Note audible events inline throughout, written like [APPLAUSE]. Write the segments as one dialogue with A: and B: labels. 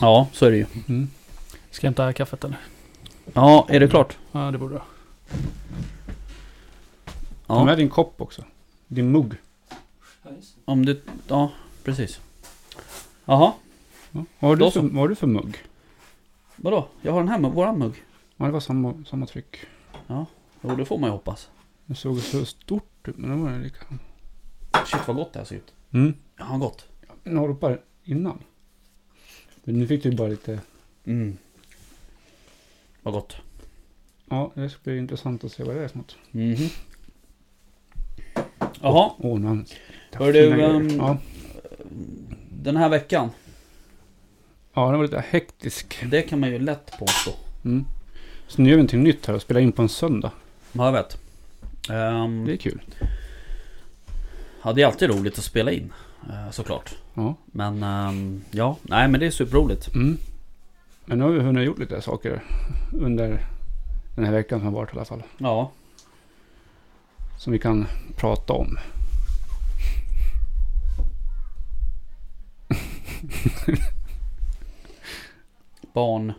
A: Ja, så är det ju.
B: Mm. Ska jag hämta kaffet eller?
A: Ja, är det klart?
B: Ja, det borde jag.
A: Ja.
C: Ta med din kopp också. Din mugg.
A: Om du... Ja, precis. Jaha,
C: Ja. Vad, har
A: Då
C: du för,
A: så.
C: vad har du för mugg?
A: vadå? Jag har den här med våran mugg.
C: Ja, det var samma, samma tryck.
A: Jo, det får man ju hoppas.
C: Det såg så stort ut, men det var det lika.
A: Shit vad gott det här ser ut.
C: Mm.
A: Ja, gott.
C: En norpar innan. Men nu fick du bara lite...
A: Mm. Vad gott.
C: Ja, det ska bli intressant att se vad det är för något.
A: Mhm. Jaha,
C: Åh, nu har han-
A: Hör du,
C: Fina grejer.
A: ehm,
C: ja.
A: den här veckan.
C: ja, den var lite hektisk.
A: Det kan man ju lätt påstå.
C: Mm. Så nu gör vi någonting nytt här och spelar in på en söndag.
A: Ja, jag vet. Ehm,
C: Det är kul.
A: ja, det är alltid roligt att spela in. eh, såklart.
C: Ja.
A: Men ehm, ja, nej men det är superroligt.
C: Mm. Men nu har vi hunnit gjort lite saker under den här veckan som har varit i alla fall.
A: Ja.
C: Som vi kan prata om.
A: Barn,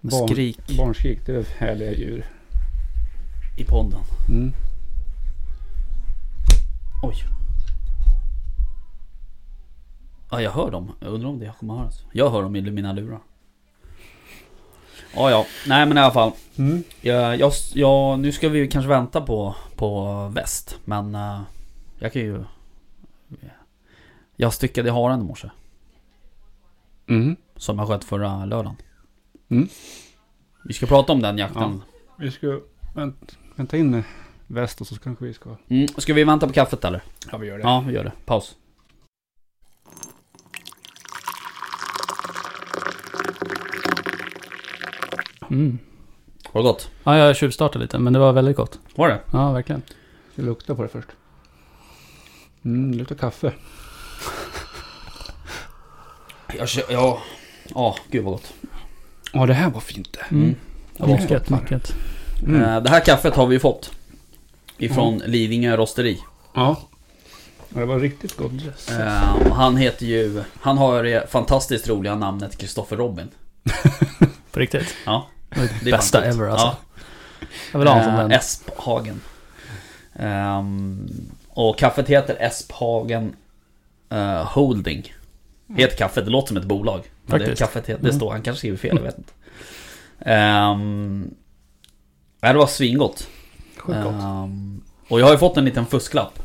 C: Barn-
A: skrik
C: Barnskrik, det är väl härliga djur.
A: i podden.
C: Mm.
A: Oj. Ja, jag hör dem. Jag undrar om det kommer höras. Jag hör dem i mina lurar. Ja, ja. Nej, men i alla fall.
C: Mm.
A: Jag, jag, jag, nu ska vi ju kanske vänta på, på väst. Men eh, jag kan ju... Jag styckade haren i morse.
C: Mm.
A: Som jag sköt förra lördagen.
C: Mm.
A: Vi ska prata om den jakten.
C: Vi ska vänt, vänta in väst och så kanske vi ska...
A: Mm. Ska vi vänta på kaffet eller?
C: Ja, vi gör det.
A: Ja, vi gör det. Paus.
B: Mm.
A: Har det gått?
B: Ja, jag tjuvstartade lite, men det var väldigt gott.
A: Var det?
B: Ja, verkligen.
C: Ska lukta på det först. Mm, det luktar kaffe.
A: Jag, kö- ja. Ja, gud vad gott.
C: Ja, det här var fint det.
B: Mm.
C: Ja, det var
B: Mycket,
C: toppar.
B: mycket.
C: Mm.
A: Eh, Det här kaffet har vi ju fått. Ifrån
B: Mm.
A: Lidingö Rosteri.
C: Ja. ja. Det var riktigt gott.
A: Eh, och han heter ju... Han har det fantastiskt roliga namnet Kristoffer Robin.
B: På riktigt.
A: Ja. Det är
B: Bästa
A: fan coolt.
B: ever alltså. Jag vill ha en sån
A: Eh,
B: vän.
A: Esphagen. Ehm, och kaffet heter Esphagen eh, Holding. Heter kaffet, det låter som ett bolag. Men det,
B: Faktiskt.
A: kaffet heter, det
B: Mm.
A: står, han kanske skriver fel, jag vet inte. Um, det var svingott.
C: Sjukt gott.
A: Ehm, och jag har ju fått en liten fusklapp.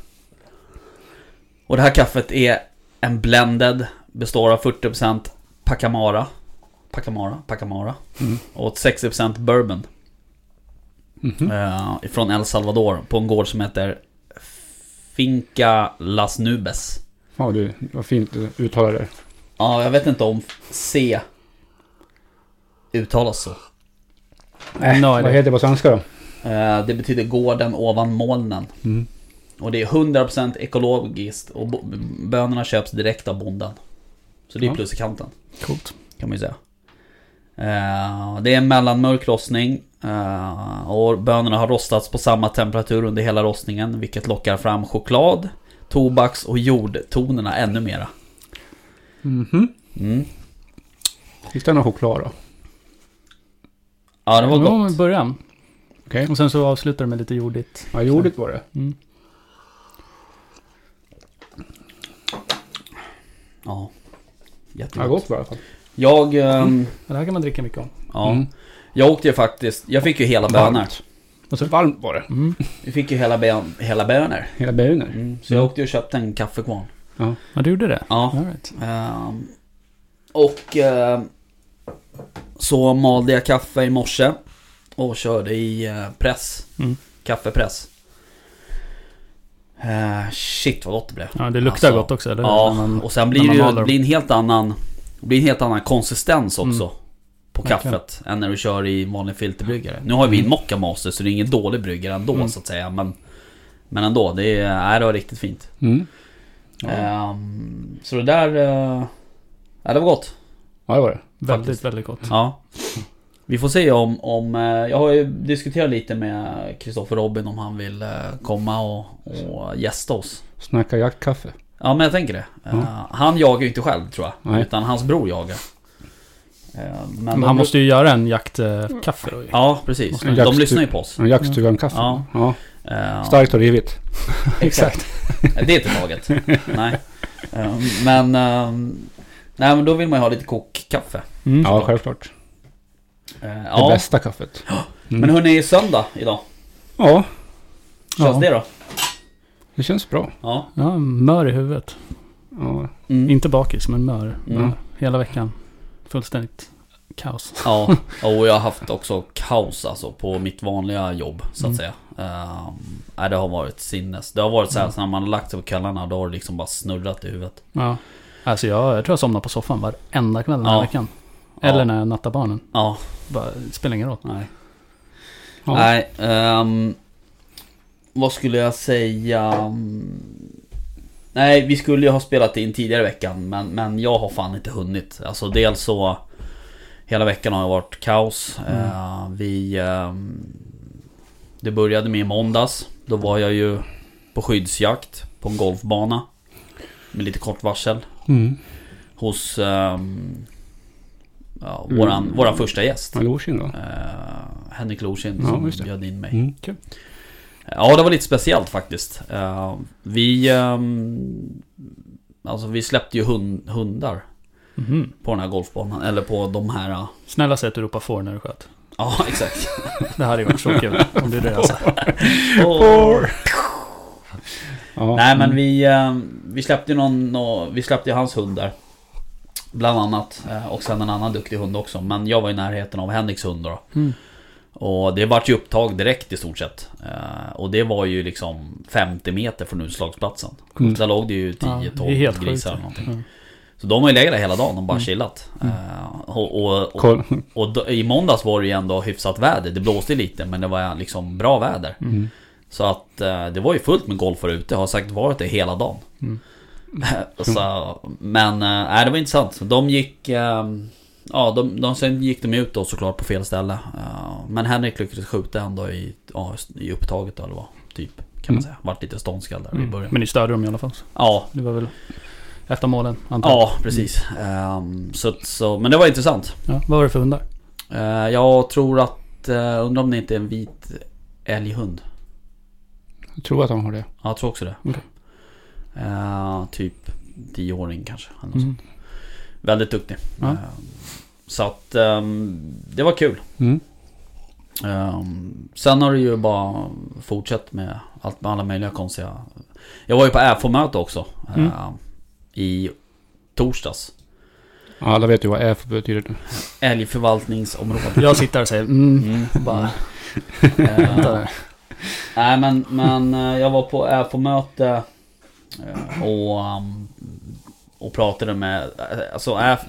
A: Och det här kaffet är en blended, består av 40% Pacamara. Pacamara, Pacamara.
C: Mm.
A: Och 60% bourbon.
C: Mhm.
A: eh, från El Salvador på en gård som heter Finca Las Nubes.
C: Ja, du, vad fint du uttalade det.
A: Ja, jag vet inte om C uttalas så.
C: Äh,
B: No
C: vad
B: idea.
C: heter det på svenska då?
A: Eh, det betyder gården ovan molnen.
C: Mm.
A: Och det är 100% ekologiskt och bo- bönorna köps direkt av bonden. Så det är
C: Ja.
A: plus i kanten
B: Coolt.
A: kan man ju säga. Eh, det är en mellanmörk rostning eh, och bönorna har rostats på samma temperatur under hela rostningen vilket lockar fram choklad, tobaks och jordtonerna ännu mera.
C: Mhm.
A: Mm.
C: Hittade någon choklad då?
A: Ja, det var
B: Det var
A: gott.
B: i början.
C: Okej.
B: Och sen så avslutar de med lite jordigt.
C: Ja, jordigt var det.
B: Mm.
A: Ja,
C: Ja,
A: jättegott.
C: gott var det i alla fall.
A: Jag, ehm,
B: Ja, det här kan man dricka mycket om.
A: ja,
C: Mm.
A: jag åkte ju faktiskt, jag fick ju hela bönor.
C: Varmt. Och så varmt var det.
B: Mm.
A: Vi fick ju hela, ben, hela bönor.
C: Hela böner.
A: Mm, så jag åkte och köpte en kaffekvarn.
B: Ja, du gjorde det?
A: Ja.
B: All right.
A: Ehm, och ehm, så malde jag kaffe i morse och körde i eh, press.
B: Mm.
A: Kaffepress. Eh, shit vad gott det blev.
B: Ja, det luktar
A: Alltså,
B: gott också, eller hur?
A: Ja,
B: När man-
A: och sen blir
B: man
A: det ju
B: maler
A: det
B: dem. Mm.
A: blir en helt annan det blir en helt annan konsistens också. På kaffet
B: Verkligen. Mm.
A: än när du kör i vanlig filterbryggare. Nu har vi en Mocca Master så det är ingen dålig bryggare ändå så att säga. Men, men ändå, det, är, äh, det var riktigt fint.
C: Mm.
A: Ehm, så det där... eh, ja, det var gott.
C: Ja, det var det.
B: Väldigt,
A: Faktiskt.
B: väldigt gott.
A: Ja. Vi får se om... om eh, jag har ju diskuterat lite med Kristoffer Robin om han vill eh, komma och, och gästa oss.
C: Snacka jaktkaffe.
A: Ja men jag tänker det. Eh,
C: Ja.
A: Han jagar ju inte själv tror jag.
C: Nej.
A: Utan hans bror jagar. Eh,
B: Men
A: Men, de
B: han
A: ly-
B: måste ju göra en jaktkaffe då ju.
A: Ja precis.
C: En
A: De
C: jaktstu-
A: lyssnar ju på oss.
C: En jaktstugan-kaffe.
A: Ja.
C: Ja.
A: Eh,
C: Starkt och rivigt.
A: Exakt. det är inte laget. Nej. Eh, Men... eh, Nej men då vill man ju ha lite kokkaffe.
B: Mm.
C: [LAUGHS] Ja, självklart.
A: Eh,
C: Det
A: Ja.
C: bästa kaffet.
A: Men hörni, söndag idag.
C: Ja,
A: Känns
B: Ja.
A: det då?
C: det känns bra.
A: Ja.
B: Ja, mör i huvudet.
C: Ja,
A: Mm.
B: Inte bakis, men mör.
A: Mm.
B: Ja, hela veckan. Fullständigt kaos.
A: Ja, och jag har haft också kaos alltså på mitt vanliga jobb så att
B: Mm.
A: säga. Ehm, nej, det har varit sinnes. Det har varit så här, så när man har lagt sig på kvällarna då har det liksom bara snurrat i huvudet.
B: Ja. Alltså jag, jag tror jag somnar på soffan varenda kväll den här
A: Ja.
B: veckan. Eller
A: Ja.
B: när jag nattar barnen.
A: Ja,
B: Bara, det spelar ingen roll.
A: nej.
C: Ja.
A: Nej, ehm, vad skulle jag säga? Mm, Nej, vi skulle ju ha spelat in tidigare i veckan men, men jag har fan inte hunnit. Alltså dels så Hela veckan har det varit kaos. Eh, vi... ehm, det började med i måndags. Då var jag ju på skyddsjakt på en golfbana. Med lite kort varsel.
C: mm.
A: Hos... ehm, ja, våran, våran första gäst.
C: Elogen då.
A: Eh, Henrik Lorsin
C: Ja,
A: som
C: just det.
A: bjöd in mig.
C: Mm.
A: Ja, det var lite speciellt faktiskt. Eh, vi... ehm, alltså vi släppte ju hund, hundar
B: Mhm.
A: på den här golfbanan. Eller på de här... eh,
B: Snälla säg att du ropar får när du sköt.
A: Ja, [LAUGHS] exakt.
B: Det här hade ju varit så kul om du redan sagt.
A: Och,
C: Ja.
A: nej
B: Mm.
A: men vi, eh, vi släppte ju någon, nå- vi släppte ju hans hund där. Bland annat. eh, Och sen en annan duktig hund också. Men jag var i närheten av Henriks hund då.
B: Mm.
A: Och det vart ju upptag direkt i stort sett. Eh, Och det var ju liksom 50 meter från utslagsplatsen.
C: Mm.
A: Där låg det ju
B: Ja, det är
A: 10-12
B: helt sjukt.
A: grisar eller någonting.
B: Mm.
A: Så de har ju legat där hela dagen och bara chillat. Eh, och, och, och,
C: Koll.
A: och då, i måndags var det ju ändå hyfsat väder. Det blåste lite men det var liksom bra väder.
C: Mm.
A: Så att eh, det var ju fullt med golfare ute. Jag har säkert varit det hela dagen.
B: Mm.
A: [LAUGHS] så, men eh, nej, det var intressant. De gick... Eh, ja, de, de, sen gick de ut då såklart på fel ställe. Eh, men Henrik lyckades skjuta ändå i, ja, i upptaget då, eller vad. Typ, kan man
C: Mm.
A: säga. Vart lite ståndskall där i
B: Mm.
A: början.
B: Men ni störde dem i alla fall. så
A: Ja,
B: Det var väl ett av målen, antar jag.
A: ja precis. Eh, så, så, men det var intressant.
B: Ja. Vad var det för hundar?
A: Eh, jag tror att, eh, undrar om det inte är en vit älghund.
C: Jag tror att han har det.
A: Ja, jag tror också det.
B: Okej.
A: Eh, typ 10-åring kanske. Eller något sånt.
B: Mm.
A: Väldigt duktig.
B: Ja.
A: Eh, så att ehm, det var kul.
C: Mm.
A: Ehm, sen har det ju bara fortsatt med, allt, med alla möjliga konstiga... Jag var ju på ÄFO-möte också. eh,
B: Mm.
A: I torsdags.
C: Ja, Alla vet ju vad F betyder.
A: Älgförvaltningsområde.
B: Jag sitter och säger mm.
A: Mm.
B: Bara, [LAUGHS]
A: Eh,
B: vänta där.
A: Nej men, men eh, jag var på ÄFO-möte eh, och, um, och pratade med, eh, alltså ÄF,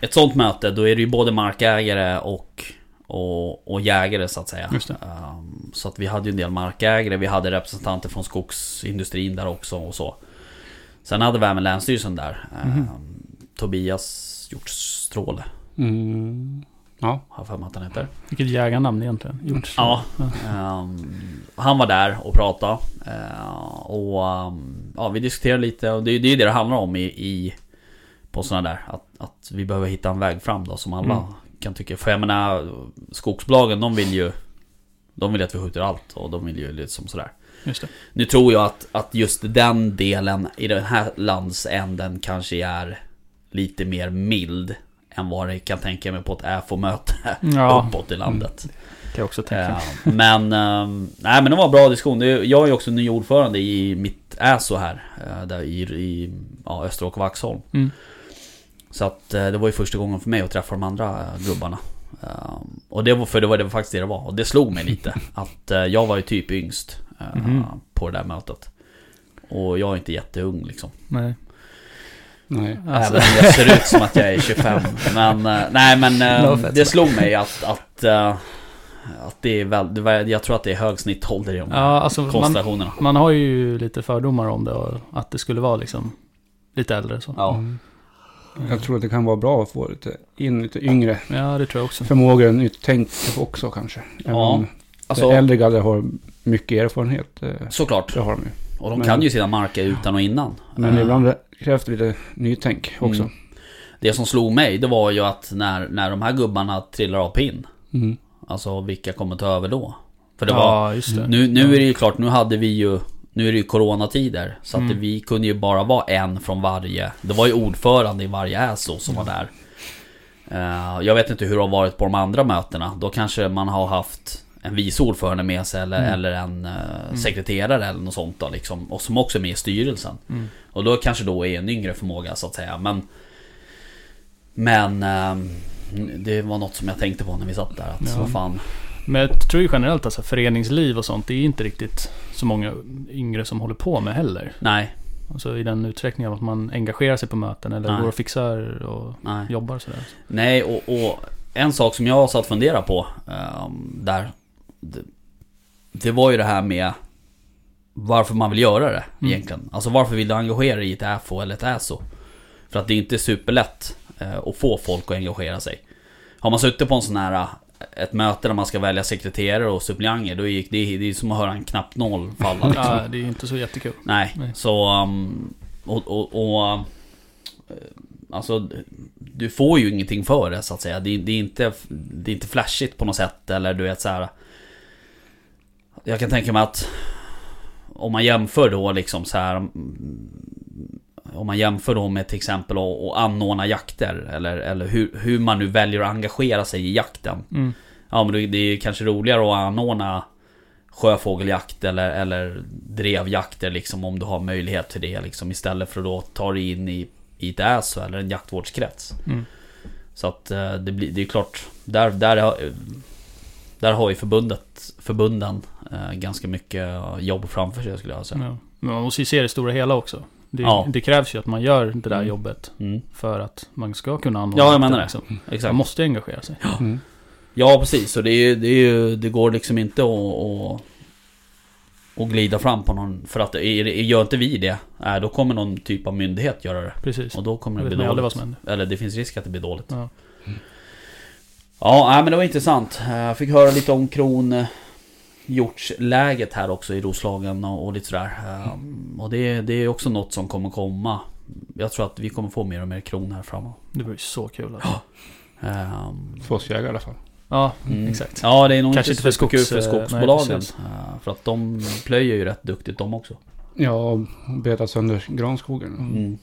A: Ett sånt möte då är det ju både markägare och, och, och jägare så att säga.
B: Just det.
A: Um, Så att vi hade ju en del markägare, vi hade representanter från skogsindustrin där också och så. Sen hade vi även Länsstyrelsen där.
B: Mhm.
A: Um, Tobias Hjortstråle,
C: Mm. Ja.
A: har jag för mig att han heter.
B: Vilket jägarnamn egentligen. Gjort.
A: Ja. Ehm, han var där och pratade. Eh, och ehm, ja, vi diskuterade lite och det, det är ju det det handlar om i, i på sådana där. Att, att vi behöver hitta en väg fram då som alla
B: Mm.
A: kan tycka. För jag menar, skogsbolagen de vill ju de vill att vi skjuter allt och de vill ju liksom sådär.
B: Just det.
A: Nu tror jag att, att just den delen i den här landsänden kanske är lite mer mild än vad det kan tänka mig på ett ÄFO-möte
B: Ja,
A: uppåt i landet.
B: kan jag också tänka.
A: Eh, men, eh, nej, men det var en bra diskussion. Det är- Jag är också ny ordförande i mitt ASO här. eh, Där i i ja, Österåker och Vaxholm.
B: Mm.
A: Så att eh, det var ju första gången för mig att träffa de andra eh, gubbarna. Eh, Och det var, för det var det var faktiskt det det var. Och det slog mig lite. Att eh, jag var ju typ yngst eh,
B: Mhm.
A: på det där mötet. Och jag är inte jätteung liksom.
B: Nej.
C: Nej.
B: Alltså,
A: Även om jag ser ut som att jag är 25. Men eh, nej men eh,
B: No offense.
A: det slog mig att, att, eh, att det är väl, det var, jag tror att det är hög snittålder i de här
B: ja, alltså man,
A: konstellationerna.
B: man har ju lite fördomar om det och att det skulle vara liksom lite äldre så.
A: Ja.
C: Mm. Jag tror att det kan vara bra att få lite, in lite yngre
B: Ja, det tror jag också.
C: förmågor, nytt tänk också kanske. Även
A: Ja,
C: om
A: Alltså,
C: det äldre gallret har mycket erfarenhet. eh,
A: såklart.
C: Det har de ju.
A: Och de
C: Men-
A: kan ju sina marker utan och innan.
C: Men
A: Eh,
C: ibland krävs det lite nytänk också.
A: Mm. Det som slog mig, det var ju att när, när de här gubbarna trillar av pinn,
C: Mm.
A: alltså vilka kommer ta över då? För det var,
D: Ja, just det.
A: nu, nu är det ju klart, nu hade vi ju, nu är det ju coronatider. Så att
D: Mm.
A: vi kunde ju bara vara en från varje, det var ju ordförande i varje ASO som
D: Mm.
A: var där. Eh, jag vet inte hur det har varit på de andra mötena, då kanske man har haft en vice ordförande med sig eller,
D: Mm.
A: eller en eh, sekreterare eller något sånt då, liksom, och som också är med i styrelsen.
D: Mm.
A: Och då kanske då är en yngre förmåga så att säga men Men ehm, Det var något som jag tänkte på när vi satt där att
D: Ja.
A: vad fan
D: Men jag tror ju generellt alltså föreningsliv och sånt, det är ju inte riktigt så många yngre som håller på med heller.
A: Nej,
D: Alltså i den utsträckningen att man engagerar sig på möten eller
A: Nej.
D: går och fixar och
A: nej
D: jobbar och sådär.
A: Nej och, och En sak som jag satt och funderade på ehm, Där det, det var ju det här med Varför man vill göra det
D: Mm.
A: egentligen Alltså varför vill du engagera dig i ett AFO eller ett ASO? För att det är inte superlätt eh, Att få folk att engagera sig Har man suttit på en sån här eh, ett möte där man ska välja sekreterare och suppleanter, då gick det, det är som att höra en knapp noll
D: [LAUGHS]
A: falla liksom.
D: Ja, det är ju inte så jättekul.
A: Nej,
D: Nej.
A: så... um, och, och, och... eh, Alltså, du får ju ingenting för det så att säga. Det, är- det, är, inte, det är inte flashigt på något sätt eller du vet så här. Jag kan tänka mig att... Om man jämför då liksom så här... mm, Om man jämför då med till exempel att att anordna jakter eller, eller hur, hur man nu väljer att engagera sig i jakten.
D: Mm.
A: Ja men det- det är ju kanske roligare att anordna Sjöfågeljakt eller, eller drevjakter liksom om du har möjlighet till det liksom Istället för att då ta dig in i, i ett äso eller en jaktvårdskrets
D: Mm.
A: Så att eh, det, blir, det är klart Där, där, har- där har ju förbundet, förbunden eh, ganska mycket jobb framför sig skulle jag säga
D: Ja. Men man måste ju se det stora hela också. Det,
A: Ja.
D: det krävs ju att man gör det där
A: Mm.
D: jobbet
A: mm,
D: för att man ska kunna anordna
A: Ja, jag
D: det,
A: menar det.
D: Liksom. Man
A: Exakt
D: måste ju engagera sig.
C: Mm.
A: Ja precis, så det, är, ju- det, är, ju- det går liksom inte att, att, att glida fram på någon För att är- är- gör inte vi det, nej, då kommer någon typ av myndighet göra det
D: Precis.
A: Och då kommer
D: Jag
A: det
D: vet
A: bli
D: man aldrig vad
A: dåligt
D: som händer.
A: Eller det finns risk att det blir dåligt
D: Ja.
A: Ja, nej, men det var intressant Eh, Jag fick höra lite om kron läget här också i Roslagen och, och lite sådär Eh, Och det, det är också något som kommer komma Jag tror att vi kommer få mer och mer kron här framåt
D: Det var ju så kul. Alltså.
A: Ehm,
C: För oss jägare i alla fall.
D: Ja,
A: Mm.
D: exakt.
A: Ja, det är nog
D: Kanske
A: inte
D: inte för
A: superkul för eh,
D: skogs-
A: skogsbolagen.
D: nej, precis.
A: Eh, för att de plöjer ju rätt duktigt de också.
C: Ja, och beta sönder granskogen.
A: Mm.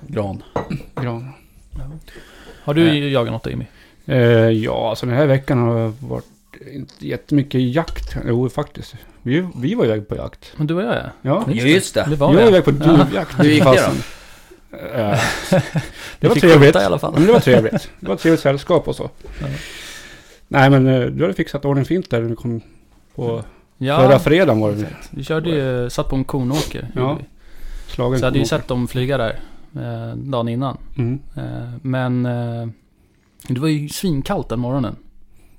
A: Gran.
C: Gran.
D: Har du
A: Eh.
D: jagat något då, Jimmy?
C: Eh, ja, alltså den här veckan har det varit inte jättemycket jakt. Jo, faktiskt. Vi, vi var iväg på jakt.
D: Men du och jag är.
C: Ja.
A: Ja, just det.
D: Det
C: Jag
D: var
C: var
D: jag.
C: iväg på duvjakt.
A: Hur gick det då?
D: [LAUGHS]
C: då? Eh,
D: Vi
C: det var
D: fick
C: trevligt.
D: skjuta i alla
C: Ja,
D: fall.
C: men det var trevligt. Det var ett trevligt sällskap och så.
D: Ja.
C: Nej, men eh, du hade fixat ordning fint där. Du kom på förra
D: Ja,
C: fredagen var det väl?
D: vi körde ju, satt på en konåker.
C: Ja.
D: gjorde vi.
C: slagen.
D: Så jag hade ju
C: kom.
D: sett dem flyga där eh, dagen innan.
C: Mm.
D: Eh, men eh, det var ju svinkallt den morgonen.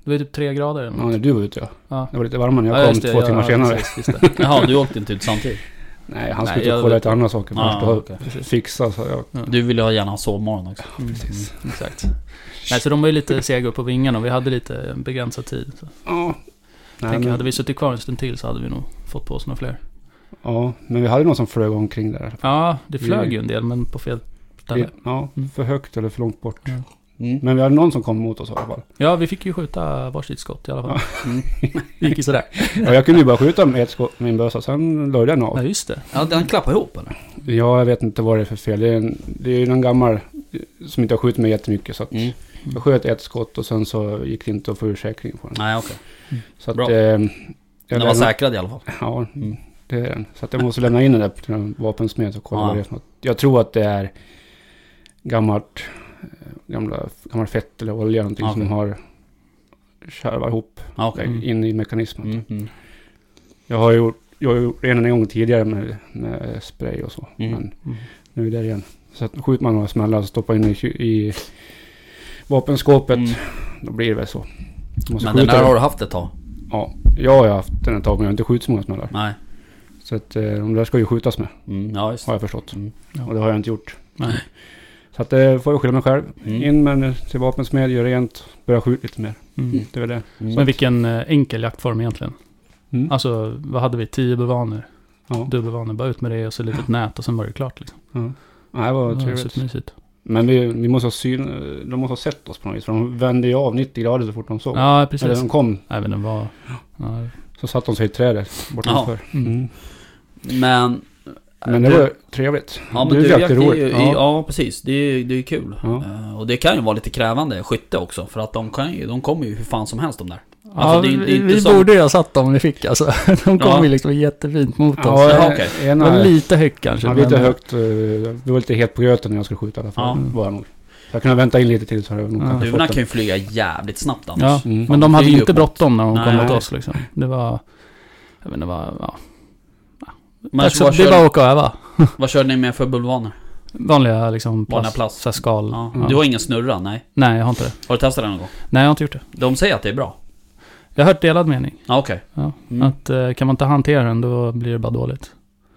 D: Det var ju typ tre grader eller
C: Ja,
D: något.
C: när du var ute ja.
D: Ja.
C: Det var lite varmare när jag
D: Ja,
C: kom
D: just det,
C: två
D: ja,
C: timmar
D: ja,
C: senare. [LAUGHS]
D: Precis, just det. Mm,
A: Jaha, du åkte inte ut samtidigt?
C: Nej, han
D: Nej,
C: skulle ut
D: jag
C: och kolla
D: vet
C: lite andra saker
A: Ja,
C: först. och
A: okej.
C: Fixa så jag...
A: Du ville ha gärna ha sovmorgon också?
D: Mm,
C: Precis.
D: mm, exakt. Nej, så de var ju lite sega upp på vingarna och vi hade lite begränsad tid. Så.
C: Ja. Nej,
D: Tänk,
C: men,
D: Hade vi suttit kvar en stund till så hade vi nog fått på oss några fler.
C: ja, men vi hade någon som flög omkring där.
D: Ja, det flög
C: Vi-
D: ju en del men på fel
C: Vi,
D: ställe.
C: ja,
D: Mm.
C: för högt eller för långt bort.
A: Mm.
C: Men vi hade någon som kom mot oss i alla fall.
D: Ja, vi fick ju skjuta varsitt skott i alla fall.
A: Mm.
D: Det gick ju sådär.
C: Ja, jag kunde ju bara skjuta med ett skott med min bössa, sen lade den
D: Ja,
C: av.
D: just det.
A: Ja, den klappar ihop eller?
C: Ja, jag vet inte vad det är för fel. Det är, en, det är ju någon gammal eh, som inte har skjutit mig jättemycket. Så att
A: Mm.
C: jag sköt ett skott och sen så gick det inte att få ursäkring på den.
A: Nej, okej.
C: Så att...
A: Bra.
C: Eh, jag
A: Den var
C: lämnade-
A: säkrad i alla fall.
C: Ja,
A: Mm.
C: det är den. Så att jag måste lämna in den där till en vapensmed och kolla
A: Ja.
C: vad det är för något. Jag tror att det är gammalt, eh, gamla, gammalt fett eller olja någonting
A: Ja,
C: som
A: okej.
C: har kärvar ihop
A: Ja, okej.
D: Mm.
C: in i mekanismen.
A: Mm. Mm.
C: Jag har gjort jag har gjort en gång tidigare med, med spray och så.
A: Mm.
C: Men
D: Mm.
C: nu är det där igen. Så att skjuter man några smällar och stoppar in i, ky- i vapenskåpet.
A: Mm.
C: Då blir det väl så. Man måste
A: Men den
C: skjuta
A: där
C: den.
A: har du haft ett tag?
C: Ja, jag har ju haft den ett tag men jag har inte skjutit så många smällar.
A: Nej.
C: Så att eh, de där ska ju skjutas med.
A: Mm. Ja, just
C: Har
A: det.
C: jag förstått.
A: Mm.
D: Ja.
C: Och det har jag inte gjort.
D: Nej.
C: Så att det får jag skylla mig själv.
A: Mm.
C: In med en till vapensmed, gör rent, börja skjuta lite mer.
D: Mm.
C: Det är väl det.
A: Mm.
D: Men vilken eh, enkel jaktform egentligen.
C: Mm.
D: Alltså, vad hade vi? Tio bulvaner.
C: Ja.
B: Dubbelvanor, bara ut med det och så
C: [LAUGHS]
B: lite nät och sen var det klart liksom.
C: Ja. Nej, det var
B: Ja,
C: trevligt.
B: Supermysigt.
C: Men vi, vi måste ha syn, de måste ha sett oss på något vis. För de vände ju av 90 grader så fort de såg.
B: Ja,
C: Eller
B: precis.
C: de kom,
B: Även den var... Ja,
C: så satt de sig i trädet bortanför.
B: Mm.
C: Mm.
A: Men... eh,
C: Men det var trevligt.
A: Ja men
C: du
A: duvjakt
C: jakte
A: är
C: roligt.
A: ju, ja.
C: Ja.
A: ja precis, det är ju det är ju kul.
C: Ja.
A: Eh, och det kan ju vara lite krävande skytte också för att de kan ju, de kommer ju hur fan som helst de där.
D: Ja,
A: Alltså, det är- det är
D: vi
A: inte
D: vi
A: som-
D: borde ju ha satt dem vi fick alltså. [LAUGHS] De kom
A: Ja.
D: ju liksom jättefint mot oss.
C: Ja,
A: Ja,
C: eh,
A: okej.
D: Det
C: ena,
D: var lite högt kanske.
C: ja, lite
D: men-
C: högt. eh, Det var lite het på gröten när jag skulle skjuta i alla fall.
A: Ja.
C: Var jag nog. Så jag kunde vänta in lite till så hade jag nog
D: Ja.
C: kanske
A: Duvorna
C: fått
A: kan ju flyga jävligt snabbt annars.
B: ja.
C: den. Mm.
B: Men de
A: Fan,
B: hade ju
A: flyger
B: inte
A: upp mot-
B: bråttom när de kom
A: Nej.
B: mot oss liksom. Det var... Jag vet inte vad... Ja.
A: Men
D: Alltså,
A: vad,
D: det är
A: kör,
D: bara att åka och öva.
A: vad körde ni med för bulvaner?
D: Vanliga liksom plast,
A: plast.
D: Så här skal.
A: Ja.
D: Ja.
A: Du har ingen snurra? Nej.
D: Nej, jag har inte det.
A: Har du testat den någon gång?
D: Nej, jag har inte gjort det.
A: De säger att det är bra.
D: Jag har hört delad mening.
A: Ja okej.
D: Ja.
A: Mm.
D: Att eh, kan man inte hantera den då blir det bara dåligt.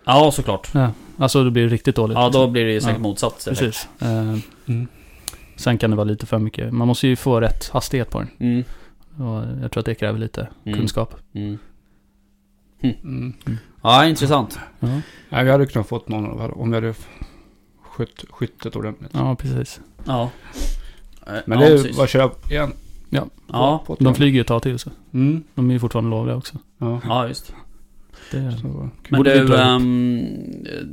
A: Ja såklart.
D: Alltså då blir det riktigt dåligt.
A: Ja då blir det ju säkert
D: Ja.
A: motsatt. effekt.
D: Precis. Eh,
C: Mm.
D: Sen kan det vara lite för mycket. Man måste ju få rätt hastighet på den.
A: Mm.
D: Och jag tror att det kräver lite
A: Mm.
D: kunskap.
A: Mm.
C: Mm.
A: Ja intressant.
D: Ja,
C: Nej, vi hade kunnat fått någon av- om vi hade skött skyttet ordentligt.
D: ja precis.
A: Ja. Eh,
C: Men
A: ja,
C: det är
A: precis.
C: bara att köra igen.
A: ja.
C: På- på
D: De
C: träd.
D: flyger ju ett tag till så.
C: Mm.
D: De är ju fortfarande lovliga också.
C: Ja.
A: ja just.
D: Det,
C: Så.
A: Men
D: Borde vi
A: du,
D: dra ihop?
A: ehm,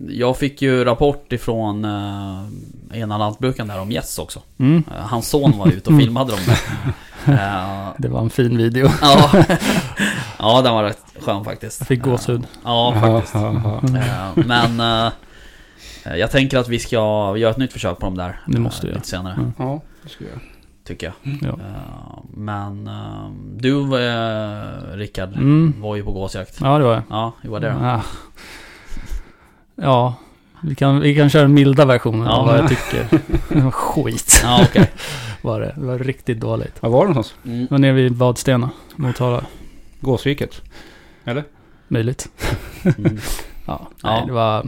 A: jag fick ju rapport ifrån eh, ena lantbrukaren där om gäss också.
D: mm,
A: Eh, hans son var ute och filmade dem. Eh,
D: det var en fin video.
A: ja. [LAUGHS] ja, den var rätt skön faktiskt.
D: Jag fick gåshud.
A: Ja, faktiskt. Eh, men eh, jag tänker att vi ska göra ett nytt försök på dem där.
D: Det måste
A: eh,
D: vi
A: Lite senare,
D: Mm.
C: Ja, det ska jag.
A: tycker jag.
D: Ja.
A: Eh, men eh, du, eh, Rickard,
D: Mm.
A: var ju på gåsjakt.
D: Ja, det var jag.
A: Ja, hur var det då?
D: Ja. Ja, vi kan, vi kan köra den milda versionen
A: Ja.
D: av vad jag tycker. Det var Skit
A: Ja, okej.
D: var det. Det var riktigt dåligt.
C: Var var det någonstans?
A: Mm.
D: Det var nere vid Vadstena, Motala.
C: Gåsriket? Eller?
D: Möjligt.
A: Mm.
D: Ja,
A: Ja.
D: Nej, det var...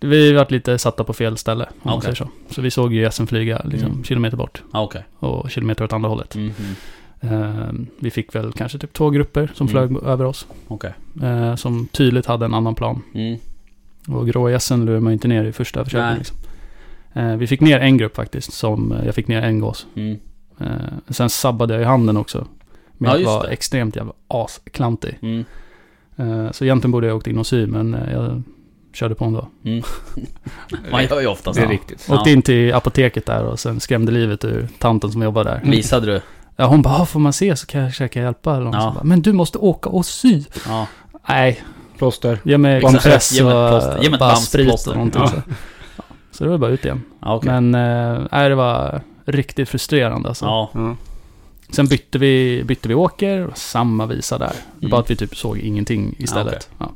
D: Vi varit lite satta på fel ställe, om man
A: Okej.
D: säger så. Så vi såg ju gässen flyga liksom,
A: Mm.
D: kilometer bort
A: Ja, okej.
D: och kilometer åt andra hållet.
A: Mm, mm.
D: Eh, vi fick väl kanske typ två grupper som
A: Mm.
D: flög över oss.
A: Okej.
D: Eh, som tydligt hade en annan plan.
A: Mm.
D: Och grågässen lurar man ju inte ner i första
A: Nej.
D: försöket. Liksom. Eh, vi fick ner en grupp faktiskt, som eh, jag fick ner en gås.
A: Mm.
D: Eh, sen sabbade jag ju handen också. Med
A: Ja,
D: att
A: just
D: vara
A: det.
D: extremt jävla asklantig.
A: Mm.
D: Eh, så egentligen borde jag åkt in och sy, men eh, jag körde på ändå.
A: Man gör ju oftast
C: Det är
A: det.
C: riktigt.
A: Ja.
D: Åkte in till apoteket där och sen skrämde livet ur tanten som jobbade där.
A: Visade du?
D: Ja, hon bara, "Ah, får man se så kan jag försöka hjälpa. Eller något.
A: Ja.
D: Så bara, Men du måste åka och sy.
A: Ja.
D: Nej,
C: Plåster.
D: Ge mig
A: Exakt.
D: kompress
A: Ge
D: och
A: mig ett plåster. Ge mig ett
D: bara
A: varmt
D: sprit
A: plåster.
D: och någonting.
A: Ja.
D: Så. så det var bara ut igen.
A: Ja, okej.
D: Men eh, nej, det var riktigt frustrerande alltså.
A: Ja.
C: Ja. Mm.
D: Sen bytte vi, bytte vi åker, samma visa där. Det
A: Mm.
D: var Bara att vi typ såg ingenting istället. ja.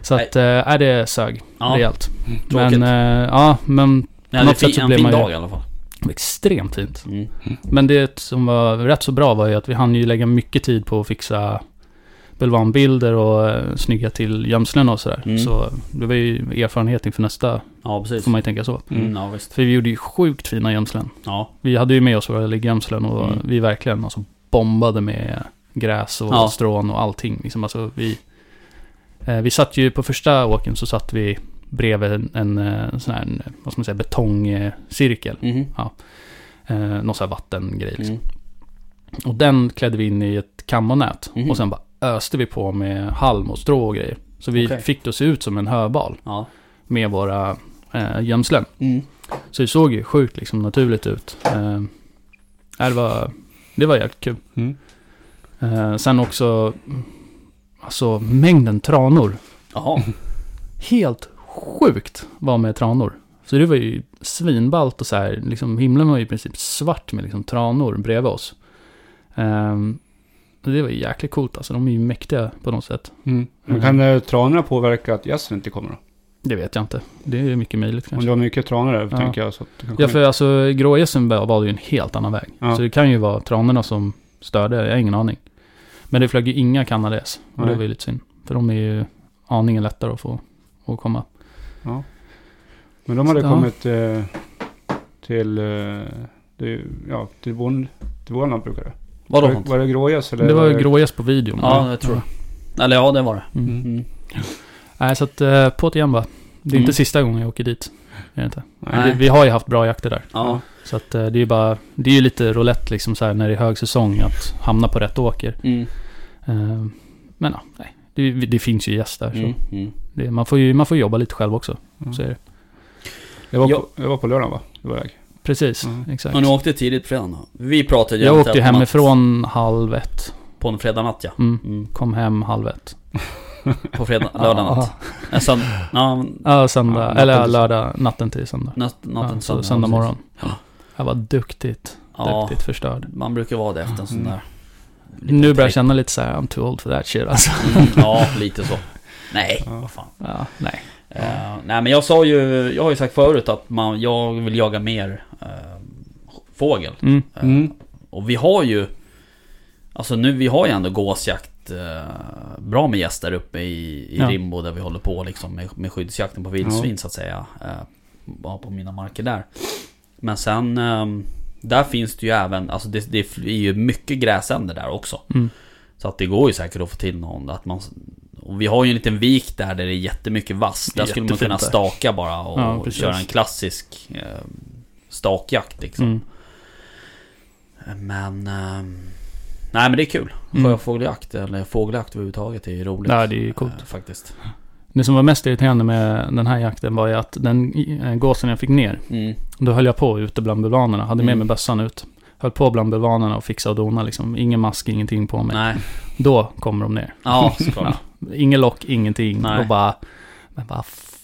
D: Så
A: Nej.
D: att, eh, nej, det sög
A: ja.
D: rejält.
A: tråkigt.
D: Men, eh, ja, men
A: Nej, det är
D: något sätt
A: fin,
D: så
A: en
D: blir
A: fin
D: man ju-
A: dag i alla fall.
D: det var extremt fint.
A: Mm.
D: Men det som var rätt så bra var ju att vi hann ju lägga mycket tid på att fixa bulvanbilder och eh, snygga till gömslen och sådär.
A: Mm.
D: Så det var ju erfarenhet inför nästa,
A: Ja, precis.
D: får man ju tänka så.
A: Mm. Ja, visst.
D: För vi gjorde ju sjukt fina gömslen.
A: Ja.
D: Vi hade ju med oss våra liggömslen och
A: Mm.
D: vi verkligen alltså bombade med gräs och
A: Ja.
D: strån och allting. Liksom, alltså, vi, eh, vi satt ju på första åken så satt vi bredvid en, en eh, sån här, en, vad ska man säga, betongcirkel.
A: Mhm.
D: Eh, någon sån här vattengrej liksom.
A: Mm.
D: Och den klädde vi in i ett kammonät.
A: Mhm.
D: Och sen bara öste vi på med halm och strå och grejer. Så vi
A: Okej.
D: fick det att se ut som en höbal
A: Ja.
D: med våra eh, gömslen.
A: Mm.
D: Så det såg ju sjukt liksom naturligt ut. Eh, nej, det, var, det var jävligt kul.
C: Mm.
D: Eh, sen också, mm, alltså mängden tranor.
A: Jaha.
D: Helt sjukt var med tranor. Så det var ju svinballt och så här, liksom himlen var ju i princip svart med liksom tranor bredvid oss. Eh, det var ju jäkligt coolt alltså, de är ju mäktiga på något sätt.
C: Mm. Men kan eh, tranorna påverka att gässen inte kommer då?
D: Det vet jag inte. Det är mycket möjligt
C: Om
D: kanske.
C: det var mycket tranor där,
D: Ja.
C: tänker jag. Så att det kanske
D: Ja, för alltså grågässen valde ju en helt annan väg.
C: Ja.
D: Så det kan ju vara tranorna som störde, jag har ingen aning. Men det flög ju inga kanadagäss. och det
C: Nej.
D: var ju lite synd. För de är ju aningen lättare att få att komma.
C: Ja. Men de hade
D: Ja.
C: kommit eh, till, eh, det, ja, till, vår, till vår lantbrukare.
A: Vadå?
C: Var, var det grågäss eller?
D: Det var ju grågäss på videon.
A: Ja, jag tror det. Eller ja, det var det.
D: Mm.
A: Mm.
D: Nej, så att eh, på till Jamba. Det är
C: Mm.
D: inte sista gången jag åker dit. Är det inte.
A: Nej.
D: Vi, vi har ju haft bra jakter där.
A: Ja,
D: Så att eh, det är ju bara, det är ju lite roulette liksom så här när det är hög säsong att hamna på rätt åker.
A: mm,
D: Eh, men ja, nej. Det, det finns ju gäst där.
A: mm,
D: Så
A: mm.
D: det, man, får ju, man får jobba lite själv också. Så är det.
C: Mm. Jag var,
A: Ja.
C: på, jag var på lördagen va? Det var jag.
D: Precis,
C: Mm.
D: exakt.
A: Och ni åkte tidigt på fredagen då? Vi pratade ju
D: jag
A: om
D: åkte ju
A: att man-
D: hemifrån halv ett.
A: På en fredag natt ja.
D: Mm.
A: Mm.
D: Kom hem halv ett.
A: På fredag, lördag natt. Ja, Sen, ja, men
D: Ja, ja, söndag,
C: Ja,
D: eller
C: natten till-
D: lördag, natten till söndag.
A: natt, natten till
D: ja, söndag,
A: söndag.
D: söndag morgon.
A: Ja.
D: Jag var duktigt,
A: Ja,
D: duktigt förstörd.
A: man brukar vara det efter en sån
C: Mm.
A: där...
D: Nu börjar jag känna lite så här, I'm too old for that shit
A: [LAUGHS]
D: alltså. [LAUGHS]
A: Mm, ja, lite så. Nej,
C: Ja.
A: vad fan.
D: Ja, nej.
A: Eh, nej men jag sa ju, jag har ju sagt förut att man, jag vill jaga mer eh, fågel.
D: Mm.
A: Eh, Och vi har ju Alltså nu, vi har ju ändå gåsjakt eh, Bra med gäster uppe i, i
D: Ja.
A: Rimbo där vi håller på liksom med, med skyddsjakten på vildsvin så att säga eh, Bara på mina marker där Men sen eh, Där finns det ju även, alltså det, det är ju mycket gräsänder där också
D: Mm.
A: Så att det går ju säkert att få till någon att man och vi har ju en liten vik där, där det är jättemycket vass. Där skulle man
D: Jättefint
A: kunna
D: där.
A: staka bara och
D: Ja, precis.
A: köra en klassisk eh, stakjakt liksom.
D: Mm.
A: Men... ehm, nej men det är kul.
D: Mm.
A: Sjöfågeljakt eller fågeljakt överhuvudtaget är ju roligt.
D: Ja, det är ju coolt.
A: eh, faktiskt.
D: Det som var mest irriterande med den här jakten var ju att den eh, gåsen jag fick ner,
A: Mm.
D: då höll jag på ute bland bulvanerna. Hade med
A: Mm.
D: mig bössan ut. Höll på bland bulvanerna och fixa och dona liksom. Ingen mask, ingenting på mig. [LAUGHS]
A: Nej.
D: Då kommer de ner.
A: Ja, såklart.
D: Ingen lock, ingenting.
A: Nej.
D: Och bara... Men bara f-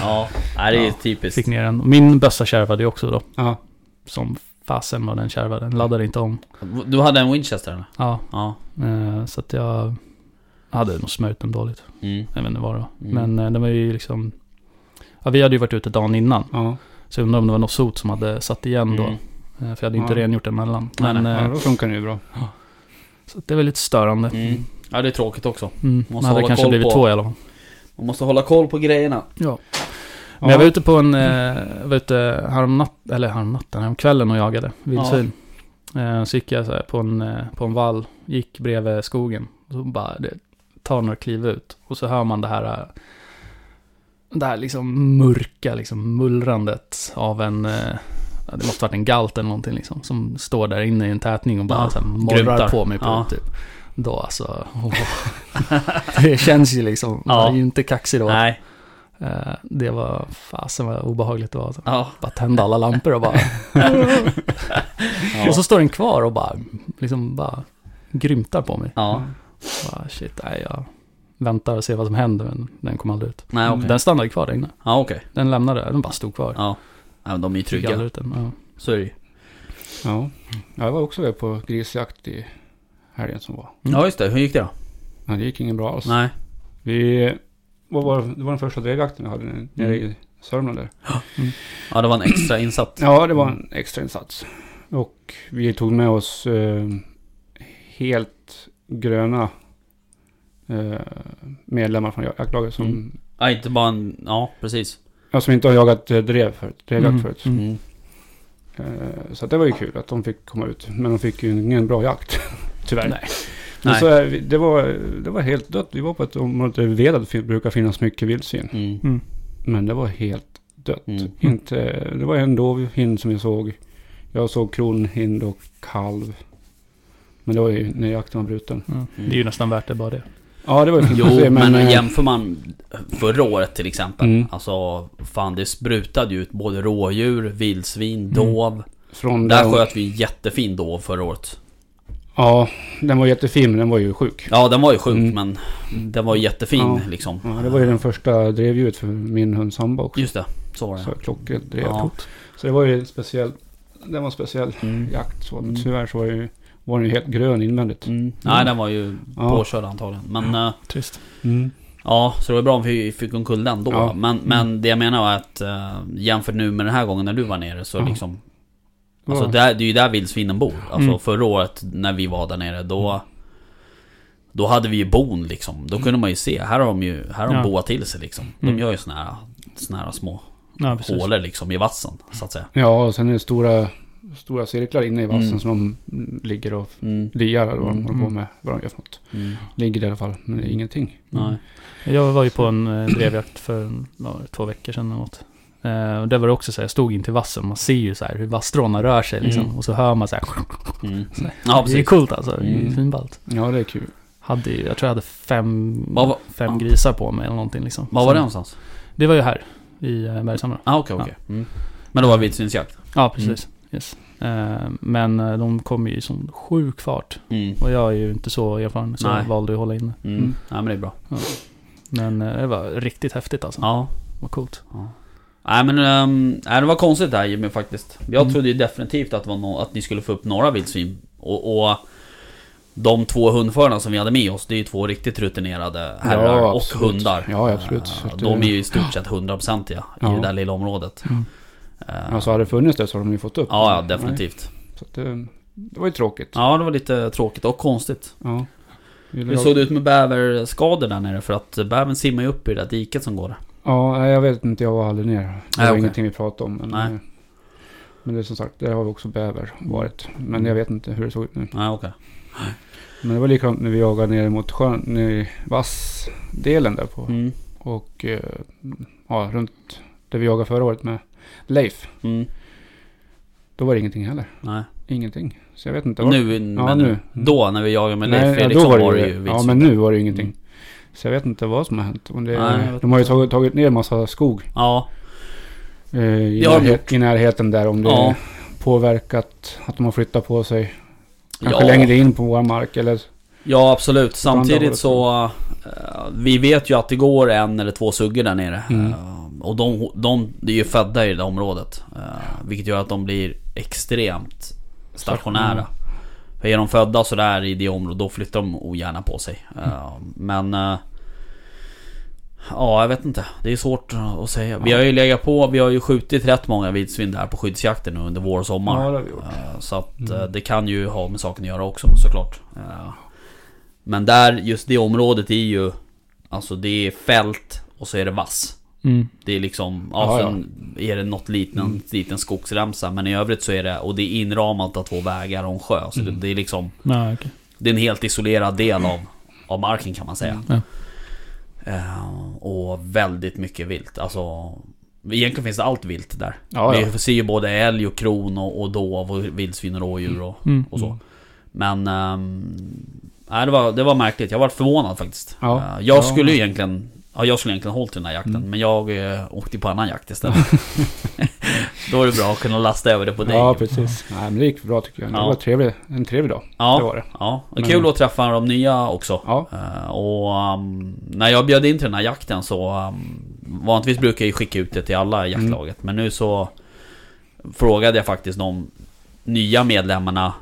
A: ja, nej, det är ju
D: Ja,
A: typiskt.
D: fick ner den. Och Min bössa kärvade ju också då.
C: Ja.
D: Som fasen var den kärvade. Den laddade inte om.
A: Du hade en Winchester eller?
D: Ja,
A: Ja.
D: eh, så att jag... Hade nog smörjt den dåligt.
A: Mm.
D: Jag vet inte vad det var.
A: Mm.
D: Men eh, den var ju liksom... Ja, vi hade ju varit ute dagen innan.
C: Ja.
D: Så jag undrar om det var något sot som hade satt igen då.
A: Mm.
D: Eh, För jag hade ju inte
C: Ja.
D: rengjort den mellan.
A: Nej,
D: Men,
C: ja,
D: eh,
C: då funkar det ju bra.
D: Så att det var lite störande.
A: Mm. Ja, det är tråkigt också.
D: Mm. Man
A: Måste
D: hade
A: hålla
D: kanske
A: koll
D: blivit
A: på-
D: två i alla fall.
A: Man måste hålla koll på grejerna.
D: Ja. Men
C: Ja.
D: jag var ute på en, eh, var ute häromnatt, eller häromnatten, häromkvällen och jagade vildsvin. Eh, så gick jag så här på en, eh, på en vall, gick bredvid skogen. Och så bara, det, tar några kliv ut. Och så hör man det här, eh, det här liksom mörka liksom mullrandet av en, eh, ja, det måste varit en galt eller någonting liksom. Som står där inne i en tätning och bara
A: Ja,
D: så här, morrar
A: grymtar.
D: på mig på
A: Ja.
D: typ.
A: [LAUGHS]
D: Då alltså, åh. det känns ju liksom,
A: Ja.
D: man är ju inte kaxig då.
A: Nej.
D: Eh, Det var fasen vad obehagligt det var. Alltså.
A: Ja.
D: Bara tända alla lampor och bara...
A: [LAUGHS] Ja.
D: Och så står den kvar och bara, liksom bara grymtar på mig.
A: ja.
D: Bara, shit, nej, jag väntar och ser vad som händer men den kom aldrig ut.
A: Nej, okej.
D: Den stannade kvar där inne.
A: Ja, okej.
D: Den lämnade, den bara stod kvar.
A: Ja. Nej, men de är ju
D: Fick aldrig
A: trygga.
D: ut den. Ja.
A: Så är det ju.
C: Ja. ja. Jag var också med på grisjakt i helgen som var.
D: Mm.
A: Ja, just det. Hur gick det då?
C: Nej, det gick inget bra alls.
A: Nej.
C: Vi, vad var, det var den första drevjakten vi hade nere i Sörmland där.
A: Ja, det var en extra insatt.
C: Ja, det var en extrainsats. Och vi tog med oss eh, helt gröna eh, medlemmar från jaktlaget som,
A: Mm. Ja, inte bara en... Ja, precis.
C: ja, som inte har jagat eh, drev förut, drevjakt
D: Mm.
C: förut.
A: Mm.
C: Eh, så att det var ju kul att de fick komma ut. Men de fick ju ingen bra jakt. [LAUGHS] Tyvärr.
D: Nej.
C: Men
A: Nej.
C: Så, är vi- det, var, det var helt dött. Vi var på ett område där Vedad fin- brukar finnas mycket vildsvin.
A: Mm.
C: Men det var helt dött.
A: Mm.
C: Inte, det var en dovhind som jag såg. Jag såg kronhind och kalv. Men det var ju när jakten var bruten.
A: Mm.
D: Ja. Det är ju nästan värt det bara det.
C: Ja, det var ju fint [LAUGHS]
A: Jo,
C: att se,
A: men,
C: eh,
A: jämför man förra året till exempel.
C: Mm.
A: Alltså, fan det sprutade ju ut både rådjur,
C: Mm.
A: vildsvin, dov.
C: från
A: Där
C: den,
A: sköt vi en jättefin dov förra året.
C: Ja, den var jättefin men den var ju sjuk.
A: Ja, den var ju sjuk,
C: Mm.
A: men den var ju jättefin
C: Ja.
A: liksom.
C: Ja, det var ju den första drevdjuret för min hund Samba också.
A: Just det, så var det.
C: Så klockrent drev.
A: Ja.
C: Så det var ju en speciell, den var en speciell
A: Mm.
C: jakt så. Men
A: Mm.
C: tyvärr så var, det ju, var den ju helt grön invändigt.
A: Mm. Nej, den var ju
C: Ja.
A: påkörd antagligen. Men eh,
D: Trist.
C: Mm.
A: ja, så det var bra om vi fick omkull den då.
C: Ja.
D: Mm.
A: Men, men det jag menar var att eh, jämfört nu med den här gången när du var nere så
C: Ja.
A: liksom
C: Det var-
A: Alltså där, det är ju där vildsvinen bor. Alltså
D: Mm.
A: förra året när vi var där nere då Då hade vi ju bon liksom. Då kunde man ju se. Här har de ju, här har de
D: Ja.
A: boat till sig liksom. De
D: Mm.
A: gör ju såna här, såna här små
D: Ja, precis.
A: hålor liksom i vassen så att säga.
C: Ja, och sen är det stora stora cirklar inne i vassen
A: Mm.
C: som de ligger och
A: Mm.
C: liar eller vad de
A: Mm.
C: håller på med. Vad de gör för något.
A: Mm.
C: Ligger där i alla fall, men det är ingenting.
A: Nej.
D: Jag var ju på en eh, drevjakt för ja, två veckor sedan eller något. Eh, och där var det också så här, jag stod in till vassen, man ser ju så här hur vasstråna rör sig liksom.
A: Mm.
D: Och så hör man [LAUGHS] så här,
A: Mm. Ja,
D: det är
A: precis.
D: coolt alltså, det är
A: Mm.
D: ju finballt.
C: Ja, det är kul.
D: Hade, ju- jag tror jag hade fem,
A: Vad var-
D: fem grisar på mig eller någonting liksom.
A: Var var det
D: Sen-
A: någonstans?
D: Det var ju här, i eh, Bergshamra.
A: Ah, okej, okej. Mm. Men det var vildsvinsjakt?
D: Ja, precis. Yes. Eh, men eh, de kom ju i sån sjuk fart.
A: Mm.
D: Och jag är ju inte så erfaren, så
A: Nej.
D: jag valde att hålla inne.
A: Mm.
C: Mm.
A: Ja, men det är bra.
D: Men eh, det var riktigt häftigt alltså.
A: Ja.
D: Vad coolt.
A: Nej men, ehm, nej, det var konstigt det här Jimmy faktiskt. Jag
D: Mm.
A: trodde ju definitivt att, det var nå- att ni skulle få upp några vildsvin. Och, och de två hundförarna som vi hade med oss, det är ju två riktigt rutinerade herrar och
C: absolut.
A: hundar.
C: Ja, absolut.
A: Eh,
C: Så att
A: De
C: det-
A: är ju i stort sett hundraprocentiga
C: Ja.
A: i det där lilla området. Eh,
C: Alltså hade det funnits det så hade de ju fått upp.
A: Ja, ja, definitivt.
C: Nej, Så att det, det var ju tråkigt.
A: Ja, det var lite tråkigt och konstigt.
C: Ja.
A: Hur såg det ut med bäverskador där nere? För att bävern simmar ju upp i det där diket som går där.
C: Ja, nej, jag vet inte. Jag var aldrig ner. Det var
A: okej.
C: ingenting vi pratade om. Men,
A: Nej.
C: men det är som sagt, där har vi också bäver varit.
A: Mm.
C: Men jag vet inte hur det såg ut nu.
A: Nej, okej.
C: Men det var likadant när vi jagade ner mot sjön, ner i vassdelen där på.
A: Mm.
C: Och eh, ja, runt där vi jagade förra året med Leif.
A: Mm.
C: Då var det ingenting heller.
A: Nej.
C: Ingenting. Så jag vet inte. var-
A: Nu,
C: Ja,
A: men
C: nu. Mm.
A: då när vi jagade med
C: Nej,
A: Leif
C: ja,
A: Eriksson
C: då
A: var det ju vildsvin.
C: Ja, men nu var det ju ingenting.
A: Mm.
C: Så jag vet inte vad som har hänt. Om det,
A: Nej, jag vet
C: de har ju tagit, tagit ner en massa skog
A: Ja,
C: eh, i,
A: Det har de
C: närhet, i närheten där. Om det
A: Ja.
C: påverkat att de har flyttat på sig. Kanske
A: ja,
C: längre in på vår mark eller...
A: ja absolut.
C: hållet.
A: Samtidigt så... eh, vi vet ju att det går en eller två suggor där nere.
C: Mm.
A: Eh, och de, de, de är ju födda i det området. Eh, vilket gör att de blir extremt stationära.
C: Mm.
A: För är de födda sådär i det området, då flyttar de ogärna på sig. Eh, Men... eh, Ja, jag vet inte. Det är svårt att säga. Vi har ju legat på, vi har ju skjutit rätt många vildsvin där på skyddsjakten nu under vår och sommar.
C: Ja, det har vi gjort. Mm.
A: Eh, Så att eh, det kan ju ha med saken att göra också såklart. Eh, Men där, just det området är ju... Alltså det är fält och så är det vass.
D: Mm.
A: Det är liksom, ja,
C: Ja, Mm. ja.
A: sen är det något liten, liten skogsremsa men i övrigt så är det, och det är inramat av två vägar och en sjö. Så
C: Mm.
A: det, det är liksom,
D: Ja, okej.
A: det är en helt isolerad del av, av marken kan man säga.
D: Ja.
A: Eh, och väldigt mycket vilt, alltså Egentligen finns det allt vilt där.
C: Ja, ja.
A: Vi ser ju både älg och kron och, och dov och vildsvin och rådjur och,
D: Mm.
A: och så. Men... ehm, nej, det, var, det var märkligt. Jag var förvånad faktiskt.
C: Ja.
A: Eh, jag
C: Ja. Mm.
A: skulle ju egentligen... Ja, jag skulle egentligen hållit den här jakten, men jag eh, åkte på annan jakt istället.
C: [LAUGHS]
A: Då är det bra att kunna lasta över det på dig.
C: Ja, precis. Nej, men det gick bra tycker jag. Det
A: Ja.
C: var trevlig, en trevlig dag.
A: Ja.
C: Det var det.
A: Ja, och
C: Men-
A: kul att träffa de nya också.
C: Ja.
A: Eh, och ehm, när jag bjöd in till den här jakten så... ehm, vanligtvis brukar jag ju skicka ut det till alla i jaktlaget, men nu så... Frågade jag faktiskt de nya medlemmarna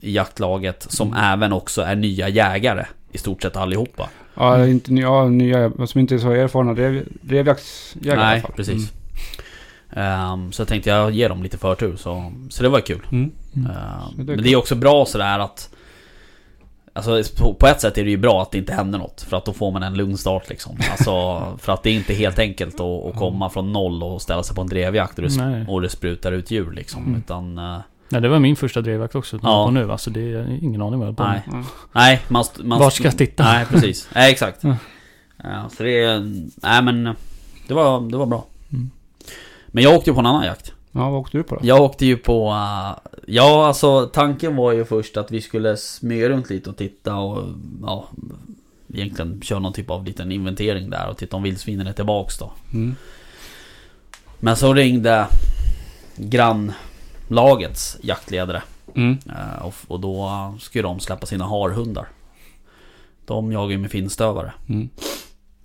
A: i jaktlaget som även också är nya jägare. I stort sett allihopa. Mm.
C: Ja, inte, ja nya, som inte är så erfarna rev, revjaktsjägare i alla
A: Nej,
C: fall.
A: precis. Ehm, så tänkte jag ge dem lite förtur, så, så det var kul.
C: Mm.
A: Ehm,
C: det är
A: men
C: kul.
A: det är också bra sådär att... Alltså på- på ett sätt är det ju bra att det inte händer något, för att då får man en lugn start liksom.
D: [LAUGHS]
A: Alltså, för att det är inte helt enkelt att, att komma från noll och ställa sig på en drevjakt och det, sp-
D: Nej.
A: och det sprutar ut djur liksom.
D: Mm.
A: Utan... eh,
D: Nej, det var min första drevjakt också.
A: Ja.
D: Ja. På nu. Alltså, det är ingen aning vad jag har på
A: nej.
D: med.
C: Mm.
A: Nej, man... st- man
D: Var ska jag titta?
A: Nej,
D: [LAUGHS]
A: precis. Nej, exakt.
D: Ja.
A: Ja, så det... är- Nej men... Det var, det var bra.
D: Mm.
A: Men jag åkte ju på en annan jakt.
C: Ja, vad åkte du på då?
A: Jag åkte ju på... eh, ja, alltså tanken var ju först att vi skulle smyga runt lite och titta och... Ja, egentligen köra någon typ av liten inventering där och titta om vildsvinen är tillbaks då.
C: Mm.
A: Men så ringde grannlagets jaktledare
C: Mm.
A: eh, och, och då skulle de släppa sina harhundar. De jagar ju med finstövare.
C: Mm.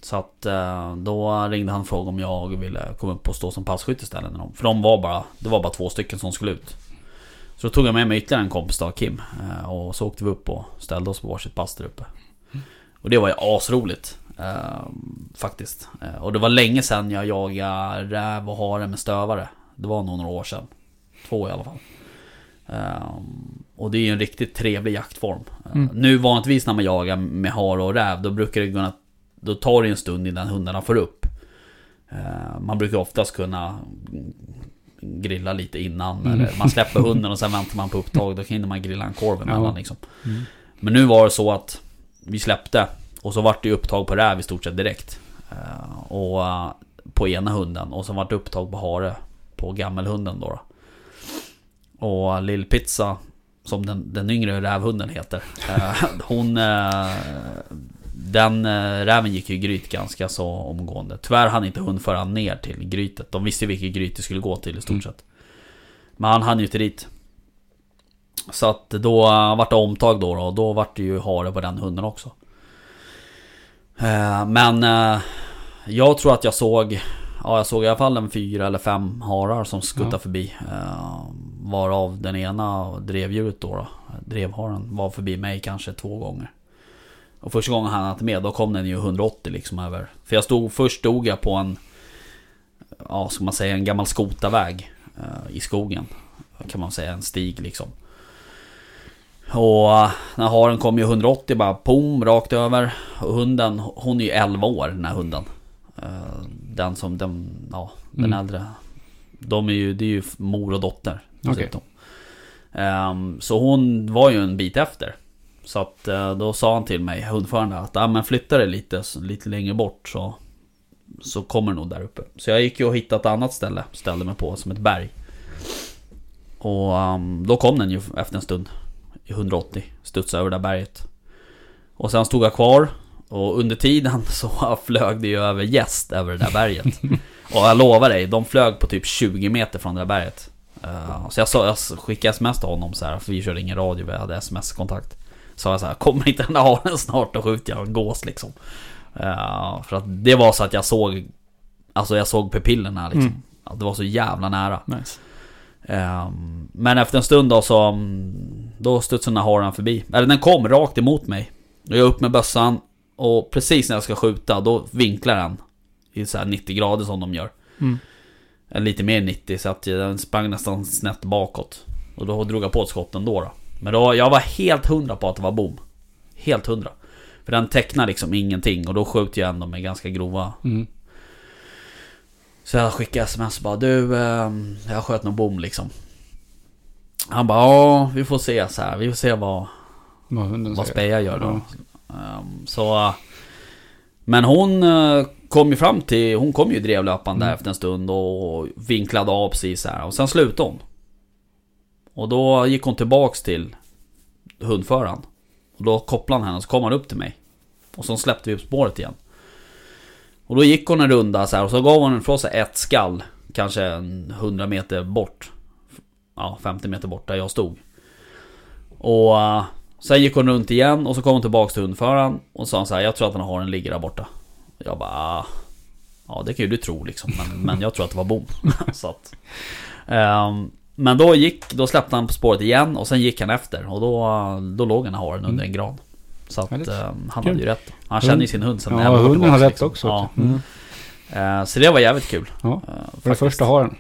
A: Så att eh, då ringde han och frågade om jag ville komma upp och stå som passkytt istället. när de- För de var bara, det var bara två stycken som skulle ut. Så då tog jag med mig ytterligare en kompis då, Kim. eh, Och så åkte vi upp och ställde oss på varsitt pass där uppe. Och det var ju asroligt. eh, Faktiskt. Eh, Och det var länge sedan jag jagade räv och hare med stövare. Det var nog några år sedan. Två i alla fall. Eh, Och det är ju en riktigt trevlig jaktform. Eh,
D: Mm.
A: Nu vanligtvis när man jagar med hare och räv, då brukar det kunna då tar det en stund innan hundarna får upp. Eh, Man brukar oftast kunna grilla lite innan.
C: Mm.
A: Eller man
C: [LAUGHS]
A: släpper hunden och sen väntar man på upptag. Då hinner man grilla en korv emellan
C: Ja.
A: liksom.
C: Mm.
A: Men nu var det så att vi släppte och så vart det ju upptag på räv i stort sett direkt. Eh, Och eh, på ena hunden och så vart det upptag på hare på gammelhunden då. då. Och eh, Lillpizza, som den, den yngre rävhunden heter, eh, [LAUGHS] hon... eh, Den eh, räven gick ju i gryt ganska så omgående. Tyvärr hann inte hund föra han ner till grytet. De visste ju vilket gryt det skulle gå till i stort
C: Mm.
A: sett. Men han hann ju inte dit. Så att då eh, vart det omtag då, då och då vart det ju hare på den hunden också. Eh, Men eh, jag tror att jag såg Ja jag såg i alla fall en fyra eller fem harar som skuttade
C: Ja.
A: förbi. Eh, varav den ena drevdjuret då, då Drevharen var förbi mig kanske två gånger. Och första gången han hade med då kom den ju 180 liksom över. För jag stod, först stod jag på en Ja ska man säga en gammal skotaväg eh, I skogen Kan man säga en stig liksom och eh, när haren kom ju 180 bara pom rakt över och hunden, hon är ju 11 år den här hunden. Eh, Den som, den, ja, den
C: Mm.
A: äldre. De är ju, det är ju mor och dotter dessutom. Ehm, så hon var ju en bit efter. Så att eh, då sa han till mig, hundföraren, att ah, men flytta dig lite, så- lite längre bort så, så kommer det nog där uppe. Så jag gick ju och hittade ett annat ställe, ställde mig på som ett berg. Och ehm, då kom den ju efter en stund i 180, studsade över det där berget. Och sen stod jag kvar och under tiden [LAUGHS] så flög det ju över gäst över det där berget. och jag lovar dig, de flög på typ 20 meter från det där berget. Eh, så jag, sa, jag skickade sms till honom så här, för vi körde ingen radio, vi hade sms-kontakt. Så jag så här, kommer inte den där haren snart, då skjuter jag en gås liksom. Eh, för att det var så att jag såg, alltså jag såg pupillerna liksom.
B: Mm.
A: Att det var så jävla nära.
B: Nice.
A: Ehm, Men efter en stund då så... mm, Då studsade den här haren förbi. Eller den kom rakt emot mig. Och jag upp med bössan. Och precis när jag ska skjuta, då vinklar den. I så här 90 grader som de gör.
B: Mm.
A: Eller lite mer 90, så att den sprang nästan snett bakåt. Och då drog jag på ett skott ändå då. Men då, jag var helt hundra på att det var bom. Helt hundra. För den tecknar liksom ingenting och då skjuter jag ändå med ganska grova
C: Mm.
A: så jag skickade sms och bara du, eh, jag sköt någon bom liksom. Han bara ja, vi får se så här. Vi får se vad,
C: Vad hunden
A: vad
C: säger.
A: Speja gör då. Ehm, så... eh, Men hon eh, kom ju fram till, hon kom ju drevlöpande där efter en stund och vinklade av precis så här. Och sen slutade hon. Och då gick hon tillbaks till hundföraren. Och då kopplade han henne och så kom han upp till mig. Och så släppte vi upp spåret igen. Och då gick hon en runda så här och så gav hon ifrån sig ett skall. Kanske en 100 meter bort. Ja, 50 meter bort där jag stod. Och eh, sen gick hon runt igen och så kom hon tillbaks till hundföraren. Och sa så här, jag tror att den har en ligger där borta. Jag bara, "Ah, ja det kan ju du tro liksom.
C: [LAUGHS]
A: Men, men jag tror att det var bom. [LAUGHS] så att, ehm, men då gick, då släppte han på spåret igen och sen gick han efter. Och då, då låg den här haren
C: Mm.
A: under en gran. Så att
C: Härligt.
A: ehm, han
B: Kul.
A: hade ju rätt. Han känner ju sin hund sen när han
C: Ja,
A: var
C: hunden har
A: tillbaks, liksom.
C: rätt också. typ.
A: Ja.
B: Mm.
A: Eh, Så det var jävligt kul.
C: Ja,
A: eh,
C: För det
A: faktiskt.
C: första haren.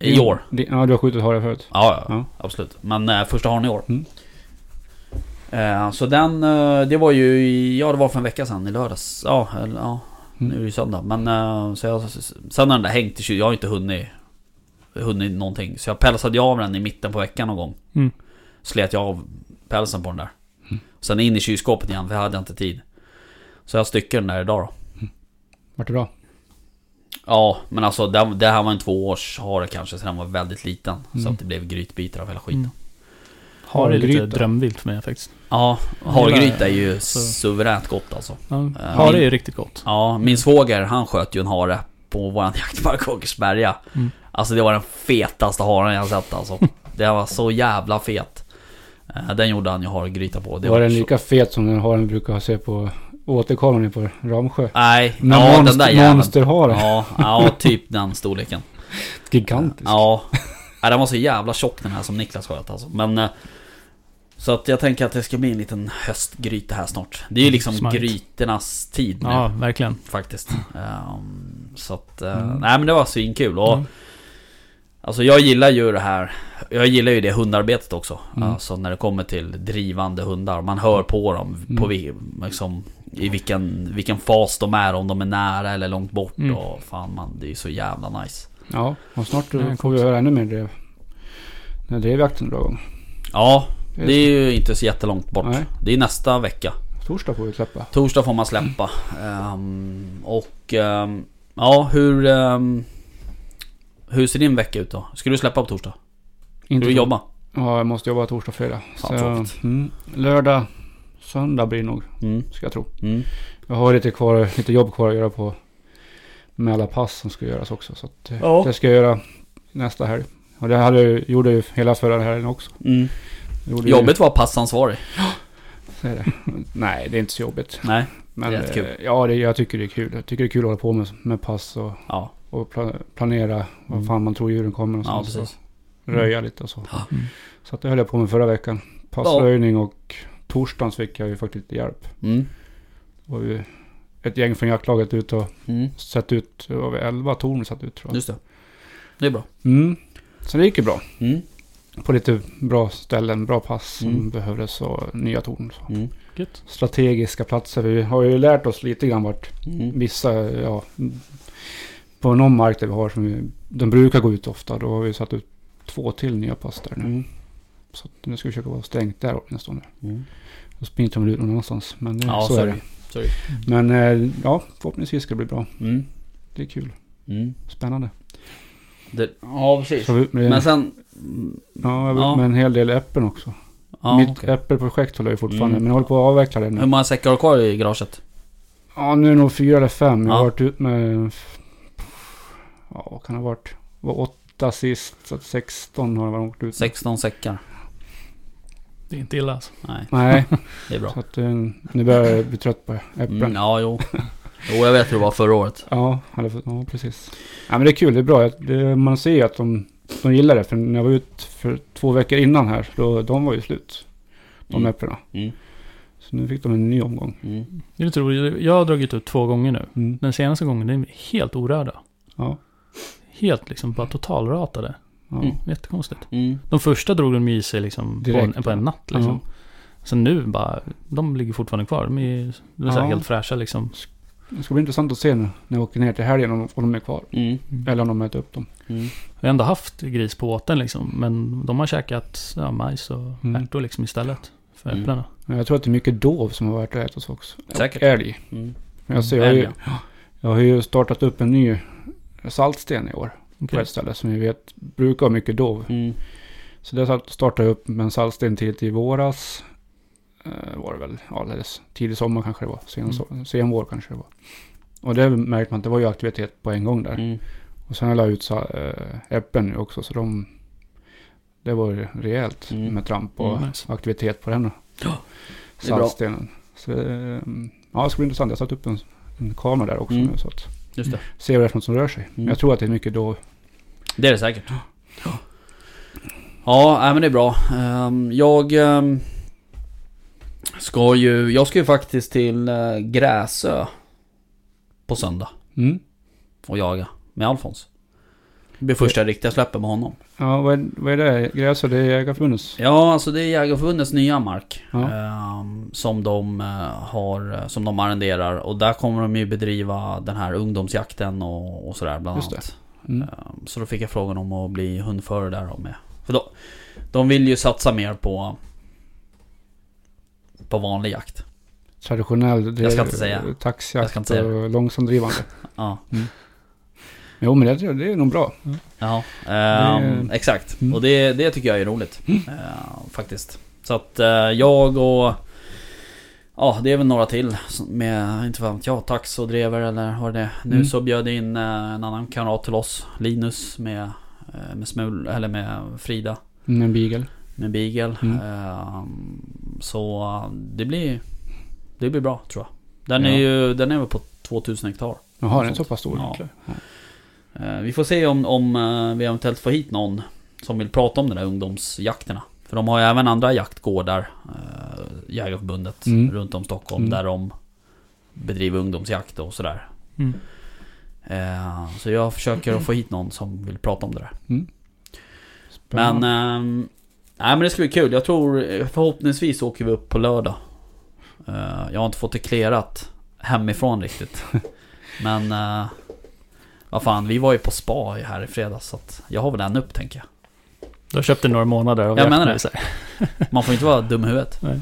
A: I år.
C: Det- Ja, du har skjutit hare förut.
A: Ja, ja,
C: Ja.
A: absolut. Men eh, första haren i år.
C: Mm.
A: Eh, Så den, eh, det var ju, i- ja det var för en vecka sedan i lördags. Ja, eller, ja
C: Mm.
A: nu är det ju söndag. Men eh, så jag, sen har den där hängt i kyl- jag har inte hunnit, hunnit någonting. Så jag pälsade ju av den i mitten på veckan någon gång.
B: Mm.
A: Slet jag av pälsen på den där.
C: Mm.
A: Sen in i kylskåpet igen, för jag hade inte tid. Så jag styckade den där idag då.
C: Vart det bra?
A: Ja, men alltså det, det här var en tvåårshare kanske, så den var väldigt liten.
C: Mm.
A: Så att det blev grytbitar av hela skiten.
B: Mm. Har det är lite
C: Hargryta.
B: drömvilt för mig faktiskt.
A: Ja,
B: Gillar-
A: hargryta är ju
B: så-
A: suveränt gott alltså.
B: Ja.
A: Eh,
B: Har det
A: min-
B: är riktigt gott.
A: Ja, min svåger han sköt ju en hare på våran [LAUGHS] jaktmark Åkersberga.
B: Mm.
A: Alltså det var den fetaste haren jag sett alltså. Det var så jävla fet. Eh, Den gjorde han ju hargryta på.
C: var den
A: så-
C: lika fet som den haren brukar se på återkommande på Ramsjö?
A: Nej,
C: Men
A: ja
C: monster,
A: den där jäveln.
C: monsterhare.
A: Ja, ja, typ den storleken.
C: Gigantisk.
A: Ja. ja, den var så jävla tjock den här som Niklas sköt alltså. Men... eh, Så att jag tänker att det ska bli en liten höstgryta här snart. Det är ju liksom
B: Smart.
A: grytornas tid nu.
B: Ja, verkligen.
A: faktiskt. Ehm, så att, eh,
C: Mm.
A: nej men det var svinkul. Och,
B: Mm.
A: Alltså jag gillar ju det här, jag gillar ju det hundarbetet också.
C: Mm.
A: Alltså när det kommer till drivande hundar. Man hör på dem, på
C: Mm.
A: vi, liksom, i vilken, vilken fas de är, om de är nära eller långt bort.
B: Mm.
A: Och fan man, det är ju så jävla nice.
C: Ja, och snart
D: Ja,
C: får vi höra ännu mer drev. När drevjakten drar igång.
A: Ja,
C: Det är
A: det är ju inte så jättelångt bort.
C: Nej.
A: Det är nästa vecka.
C: Torsdag får vi släppa.
A: Torsdag får man släppa. Ehm, och ehm, ja, hur... ehm, hur ser din vecka ut då? Ska du släppa på torsdag? Ska du
C: så-
A: jobba?
C: Ja, jag måste jobba torsdag och fredag.
A: Fan, tråkigt.
C: mm, lördag, söndag blir det nog,
A: Mm,
C: ska jag tro.
A: mm.
C: Jag har lite, kvar, lite jobb kvar att göra på med alla pass som ska göras också. Så att, eh,
B: Ja.
C: det ska jag göra nästa helg. Och det hade, jag ju- gjorde jag ju hela förra helgen också.
A: Mm.
C: Jag gjorde ju-
A: Jobbigt var passansvarig.
C: Så är det. [LAUGHS] Nej, det är inte så jobbigt.
A: Nej,
C: Men,
A: Det är rätt kul.
C: eh, Ja, det, jag tycker det är kul. Jag tycker det är kul att hålla på med, med pass och,
A: ja,
C: och pla- planera
A: Mm.
C: vad fan man tror djuren kommer och
A: ja
C: så,
A: precis.
C: röja lite och så.
A: Ja.
D: Mm.
C: Så att det höll jag på med förra veckan. Passröjning och torsdagen fick jag ju faktiskt lite hjälp.
A: Mm.
C: Det var ju ett gäng från jaktlaget ute och
A: Mm.
C: satt ut, det var väl 11 torn vi satt ut tror jag.
A: Just det. Det är bra.
C: Mm. Så det gick ju bra.
A: Mm.
C: På lite bra ställen, bra pass som
A: Mm.
C: behövdes och nya torn. Så.
A: Mm.
B: Gött.
C: Strategiska platser. Vi har ju lärt oss lite grann vart
A: Mm.
C: vissa, ja, på någon mark där vi har som vi, den brukar gå ut ofta. Då har vi satt ut två till nya pass där nu.
A: Mm.
C: Så att nu ska vi försöka vara stängt där åtminstone.
A: Mm.
C: Då springer de ut någon annanstans. Men det,
A: Ja,
C: så är det.
A: Sorry.
C: Men eh, ja, förhoppningsvis ska det bli bra.
A: Mm.
C: Det är kul.
A: Mm.
C: Spännande.
A: Det, ja, precis.
C: Så vi, men,
A: Men sen...
C: ja, jag har
A: ja.
C: gjort med en hel del äpplen också.
A: Ja,
C: Mitt
A: okej.
C: äppelprojekt håller jag fortfarande,
A: Mm.
C: men jag håller på att avveckla det
A: Hur
C: nu.
A: många säckar har du kvar i garaget?
C: Ja, nu är det nog fyra eller fem. Jag har
A: Ja.
C: varit ut med... Ja, vad kan det ha varit? Det var åtta sist, så att 16 har jag varit ut med.
A: 16 säckar.
B: Det är inte illa alltså.
A: Nej,
C: Nej,
A: det är [LAUGHS] bra.
C: så att eh, nu börjar jag bli trött på äpplen.
A: Mm, ja, jo. Jo, jag vet hur det var förra året.
C: Ja, hade fått, ja, precis. Ja, men det är kul, det är bra. Det, man ser ju att de, de gillar det. För när jag var ute för två veckor innan här, då de var ju slut. De
A: Mm.
C: äpplena.
A: Mm.
C: Så nu fick de en ny omgång.
A: Mm.
B: Det är lite roligt. Jag har dragit ut två gånger nu.
C: Mm.
B: Den senaste gången, det är helt orörda.
C: Ja.
B: Helt liksom bara totalratade.
C: Ja.
A: Mm.
B: Jättekonstigt.
A: Mm.
B: De första drog de i sig liksom på en,
C: Direkt.
B: på en natt liksom. Så nu bara, de ligger fortfarande kvar. De är, de är så här
C: Ja.
B: helt fräscha liksom.
C: Det ska bli intressant att se nu när jag åker ner till helgen om, om de är kvar.
A: Mm.
C: Eller om de äter upp dem.
A: Mm.
B: Jag har ändå haft gris på åten liksom. Men de har käkat ja, majs och
C: Mm.
B: ärtor liksom istället. För
A: Mm.
B: äpplena.
C: Men jag tror att det är mycket dov som har varit och ätit hos oss.
A: Säkert.
C: Älg.
A: Mm.
C: Men jag, ser, jag, har
A: Älg,
C: ju, jag har ju startat upp en ny saltsten i år. På
B: Okej.
C: ett ställe som vi vet brukar ha mycket dov.
A: Mm.
C: Så det satt- startade jag upp med en saltsten tidigt i våras. Eh, var det väl, ja, eller s- tidig sommar kanske det var.
A: Mm.
C: Sen, so- sen vår kanske det var. Och det märkte man att det var ju aktivitet på en gång där.
A: Mm.
C: Och sen la jag ut sa- eh, äpplen nu också så de... Det var ju rejält
A: Mm.
C: med tramp och
B: Mm, nice.
C: aktivitet på den. då.
A: Ja, det är bra.
C: Saltstenen. Så, eh, ja, det ska bli intressant. Jag satte upp en, en kamera där också
A: Mm.
C: nu så att
A: Just det.
C: se vad det är för något som rör sig. Men Jag tror att det är mycket då.
A: Det är det säkert. Ja, ja nej, men det är bra. Ehm, Jag ehm, ska ju... Jag ska ju faktiskt till eh, Gräsö på söndag
C: Mm.
A: och jaga med Alfons. Det blir första riktiga släppet med honom.
C: Ja, vad är, vad är det? Gräs och det är Jägareförbundets?
A: Ja, alltså det är Jägareförbundets nya mark.
C: Ja.
A: ehm, som, de eh, har, som de arrenderar. Och där kommer de ju bedriva den här ungdomsjakten och, och sådär bland
C: Just det.
A: annat.
C: Mm.
A: Ehm, så då fick jag frågan om att bli hundförare där och med. För då, de vill ju satsa mer på på vanlig jakt.
C: Traditionell. Det
A: Jag ska
C: är
A: inte säga. Jag
C: Taxjakt
A: ska inte säga.
C: och långsamdrivande.
A: Ja,
C: jo, men det, det är nog bra.
A: ja ehm,
C: Det-
A: exakt.
C: Mm.
A: Och det, det tycker jag är roligt. Ehm, faktiskt. Så att eh, jag och... Ja, det är väl några till som- med, inte fan vet jag, tax och drever eller vad det är. Nu
C: Mm.
A: så bjöd jag in eh, en annan kamrat till oss, Linus med, eh, med Smul, eller med Frida.
C: Med en beagle.
A: med Beagle.
C: Mm.
A: Ehm, så eh, det blir, det blir bra tror jag. Den
C: Ja.
A: är ju den är väl på 2000 hektar.
C: Jaha, den är så pass stor.
A: Ja.
C: Jäklar.
A: Eh, vi får se om, om eh, vi eventuellt får hit någon som vill prata om de där ungdomsjakterna. För de har ju även andra jaktgårdar, eh, Jägareförbundet,
C: Mm.
A: runt om Stockholm
C: Mm.
A: där de bedriver ungdomsjakt och sådär.
B: Mm.
A: Eh, så jag försöker att få hit någon som vill prata om det där. Men,
C: Spännande.
A: ehm, nej men det ska bli kul. Jag tror eh, förhoppningsvis åker vi upp på lördag. [LAUGHS] Eh, jag har inte fått det clearat hemifrån riktigt. men eh, Vad fan, vi var ju på spa här i fredags så att jag har väl den upp tänker jag.
D: Du har köpt det några månader av
A: Jag
D: jakten,
A: menar det.
D: är så här.
A: Man får inte vara dum i
C: [LAUGHS]
A: huvudet.
D: Nej.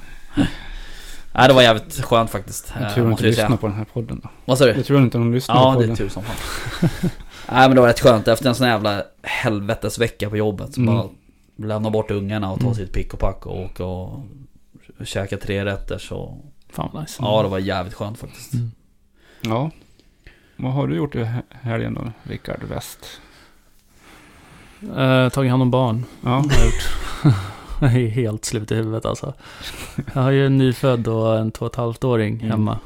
A: Nej, det var jävligt skönt faktiskt.
C: Jag
A: eh,
C: tror
A: måste
C: inte
A: jag
C: lyssnar
A: säga.
C: på den här podden då.
A: Vad sa du?
C: Jag tror inte de lyssnar
A: Ja,
C: på
A: det är
C: podden.
A: tur som fan. [LAUGHS] Nej men det var rätt skönt efter en sån jävla helvetes vecka på jobbet. Så
C: Mm.
A: bara lämna bort ungarna och ta
C: Mm.
A: sitt pick och pack och åka och käka tre rätter så.
D: Fan vad nice.
A: Ja det var jävligt skönt faktiskt.
C: Ja. Vad har du gjort i he- helgen då, Rickard West?
D: Eh, tagit hand om barn.
C: Ja.
D: har jag gjort. Jag är [LAUGHS] helt slut i huvudet alltså. Jag har ju en nyfödd och en två och ett halvt-åring
A: Mm.
D: hemma.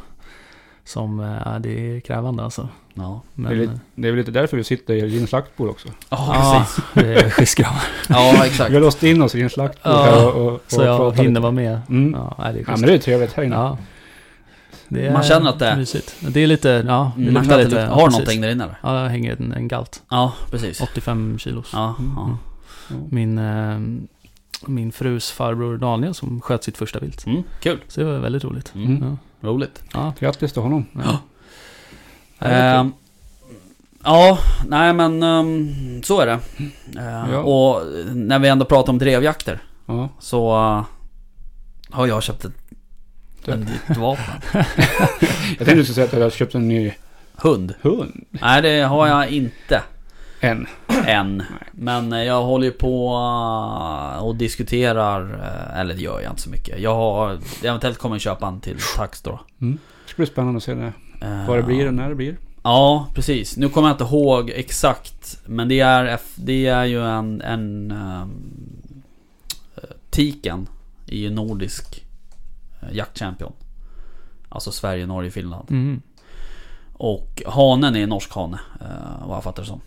D: Som, eh, ja det är krävande alltså.
A: Ja,
D: Men,
C: Det är
D: eh,
C: lite- Det är väl lite därför vi sitter i din slaktbord också.
A: ja
D: ja,
A: precis.
D: [LAUGHS] det
A: [LAUGHS]
D: är schysstgrabbar.
A: Ja
C: Vi har
A: exakt.
C: låst in oss i din slaktbord
D: Ja,
C: här och, och, och
D: Så jag
C: pratat
D: hinner
C: lite.
D: vara med.
C: Mm. Ja,
D: Ja, nej, det är
C: men
D: schysst.
C: det är ju trevligt här inne.
D: Ja. Det är
A: Man känner att det är-
D: Mysigt. Det är lite, ja. Det
A: Man
D: luktar
A: känner att
D: lite.
A: du
D: ja,
A: Mm. har
D: precis.
A: någonting där inne eller?
D: Ja, jag hänger en, en galt.
A: Ja precis.
D: 85 kilos.
A: Ja, ja.
D: Min, eh, min frus farbror Daniel som sköt sitt första vilt.
A: Mm, kul.
D: Så det var väldigt roligt.
A: Mm,
D: Ja.
A: roligt.
D: Ja.
C: Grattis till honom.
A: Ehm, ja, nej men ehm, så är det. Ehm,
C: Ja.
A: Och när vi ändå pratar om drevjakter.
C: Ja.
A: Så eh, har jag köpt ett,
C: Det-
A: en nytt vapen.
C: Jag tänkte du skulle säga att jag har köpt en ny
A: Hund?
C: hund.
A: Nej det har jag inte
C: En.
A: än. Men eh, jag håller ju på eh, och diskuterar, eh, eller det gör jag inte så mycket. Jag har, eventuellt kommer jag köpa en till tax då.
C: Det ska bli spännande att se det.
A: Eh,
C: vad det blir och när det blir.
A: Ja, precis. Nu kommer jag inte ihåg exakt. Men det är, F- det är ju en... en ehm, eh, tiken är ju nordisk eh, jaktchampion. Alltså Sverige, Norge, Finland.
D: Mm.
A: Och hanen är en norsk hane, eh, vad jag fattar det som.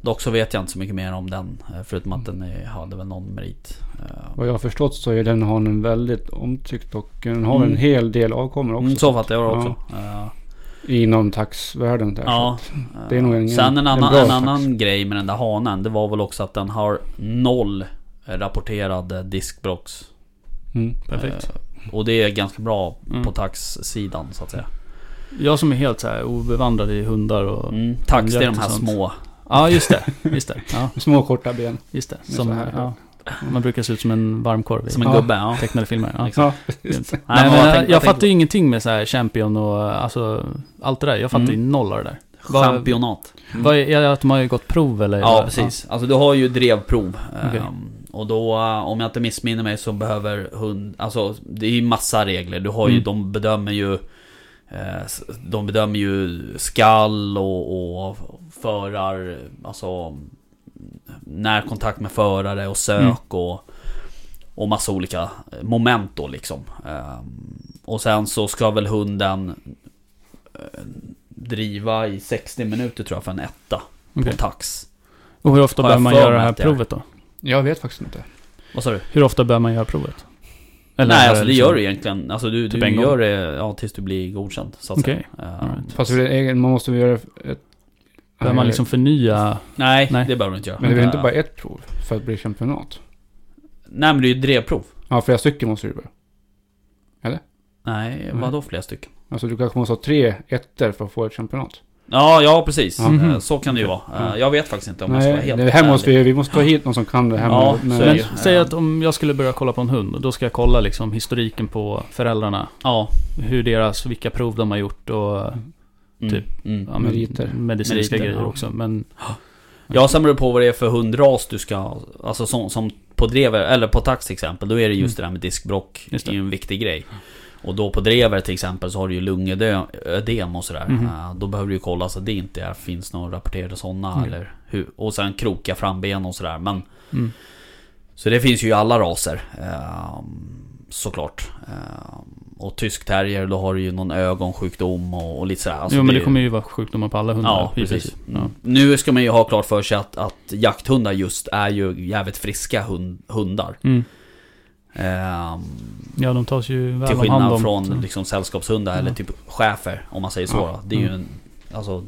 A: Dock så vet jag inte så mycket mer om den, eh, förutom att den är, hade väl någon merit. Eh,
C: Vad jag har förstått så är den hanen väldigt omtyckt och den har
A: Mm.
C: en hel del avkommor också.
A: mm, så fattar jag det
C: Ja.
A: också. Eh,
C: Inom taxvärlden där.
A: Ja,
C: det är nog en-
A: Sen en
C: en
A: annan,
C: bra
A: en
C: tax.
A: annan grej med den där hanen, det var väl också att den har noll rapporterade diskbrocks.
C: Så. Mm.
D: Perfekt.
A: Och det är ganska bra
D: Mm.
A: på tax-sidan så att säga.
D: Jag som är helt så här obevandrad i hundar och...
A: Mm, tax det är de här
D: Jättesant.
A: små.
D: Ja, just det. Just det. Ja,
C: Små korta ben.
A: [LAUGHS]
D: just det.
C: är
D: Som,
C: så här.
D: ja. Man brukar se ut som en varmkorv i
A: Som en
C: Ja.
A: gubbe, ja.
D: tecknade filmer. Ja.
C: [LAUGHS] Ja.
A: Nej,
D: Nej,
A: men jag
D: men jag,
A: tänkte-
D: jag
A: jag tänkte-
D: fattar ju ingenting med så här Champion och alltså, allt det där. Jag fattar ju
A: Mm.
D: noll av det där. Vad-
A: Championat.
D: Vad är, är det att de har ju gått prov eller?
A: Mm. Ja, precis. Alltså du har ju drevprov.
D: Okej.
A: ehm, Och då, eh, om jag inte missminner mig, så behöver hund... Alltså, det är ju massa regler. Du har ju,
D: Mm.
A: de bedömer ju... eh, s- De bedömer ju skall och, och förar... Alltså... Närkontakt med förare och sök
D: Mm.
A: och... Och massa olika eh, moment då liksom. Ehm, Och sen så ska väl hunden... eh, Driva i 60 minuter tror jag för en etta
D: Ja. Okej.
A: på tax.
D: Och hur ofta
A: Har jag
D: bör man
A: för
D: göra
A: mig
D: det här
A: att det är.
D: provet då?
C: Jag vet faktiskt inte.
A: Vad sa du?
D: Hur ofta bör man göra provet?
A: Nej, alltså det
D: liksom-
A: gör du egentligen. Alltså du,
D: Typ
A: du
D: en gång.
A: gör det ja, tills du blir godkänd. Så att
D: Okej.
A: säga. Eh,
D: All right.
C: Fast det är egen- man måste väl göra ett...
D: Bör man liksom förnya?
A: nej,
D: Nej.
A: det behöver du inte göra.
C: Men det är väl inte
A: Eh,
C: bara ett prov för att bli championat?
A: Nej, men det är ju drevprov.
C: Ja, flera stycken måste det vara.
A: Nej,
C: Nej.
A: vadå flera stycken?
C: Alltså du kanske måste ha tre ettor för att få ett championat.
A: Ja, ja precis.
C: Mhm.
D: Mm-hmm.
A: Eh, Så kan det ju vara. Eh,
C: Mm.
A: Jag vet faktiskt inte om jag ska vara
C: Nej,
A: helt
C: det här måste
A: ärlig.
C: vi, vi måste ta hit någon som kan det här
A: Ja,
C: med...
A: så är
D: Men
A: det ju.
D: säg att om jag skulle börja kolla på en hund, då ska jag kolla liksom historiken på föräldrarna.
A: Ja.
D: Hur deras, vilka prov de har gjort och
A: Mm.
D: Typ.
A: Mm.
D: ja, men,
C: Meriter.
D: medicinska
A: Meriter,
D: grejer
A: ja.
D: också. Men
A: Jag samlar på vad det är för hundras du ska... Alltså som, som på drever, eller på tax till exempel, då är det just det där med diskbrock.
D: Mm. Just
A: det.
D: det.
A: är ju en viktig grej. Och då på drever till exempel så har du ju lungödem och sådär.
D: Mhm.
A: Eh, Då behöver du ju kolla så att det inte är, finns några rapporterade sådana.
D: Mm.
A: Eller hur, och sen kroka framben och sådär. Men,
D: Mm.
A: Så det finns ju i alla raser. eh, Såklart. Eh, Och tysk terrier, då har du ju någon ögonsjukdom och, och lite sådär. Alltså,
D: jo, men det
A: är-
D: kommer ju vara sjukdomar på alla hundar.
A: Ja,
D: i
A: precis. Mm.
D: princip. Ja.
A: Nu ska man ju ha klart för sig att, att jakthundar just är ju jävligt friska hund, hundar.
D: Mm.
A: Ehm,
D: ja, de tas ju väl
A: till
D: om hand om.
A: skillnad från liksom, sällskapshundar eller
D: Ja.
A: typ schäfer, om man säger så.
C: Ja.
A: då. Det är ju
D: Mm.
A: en, alltså,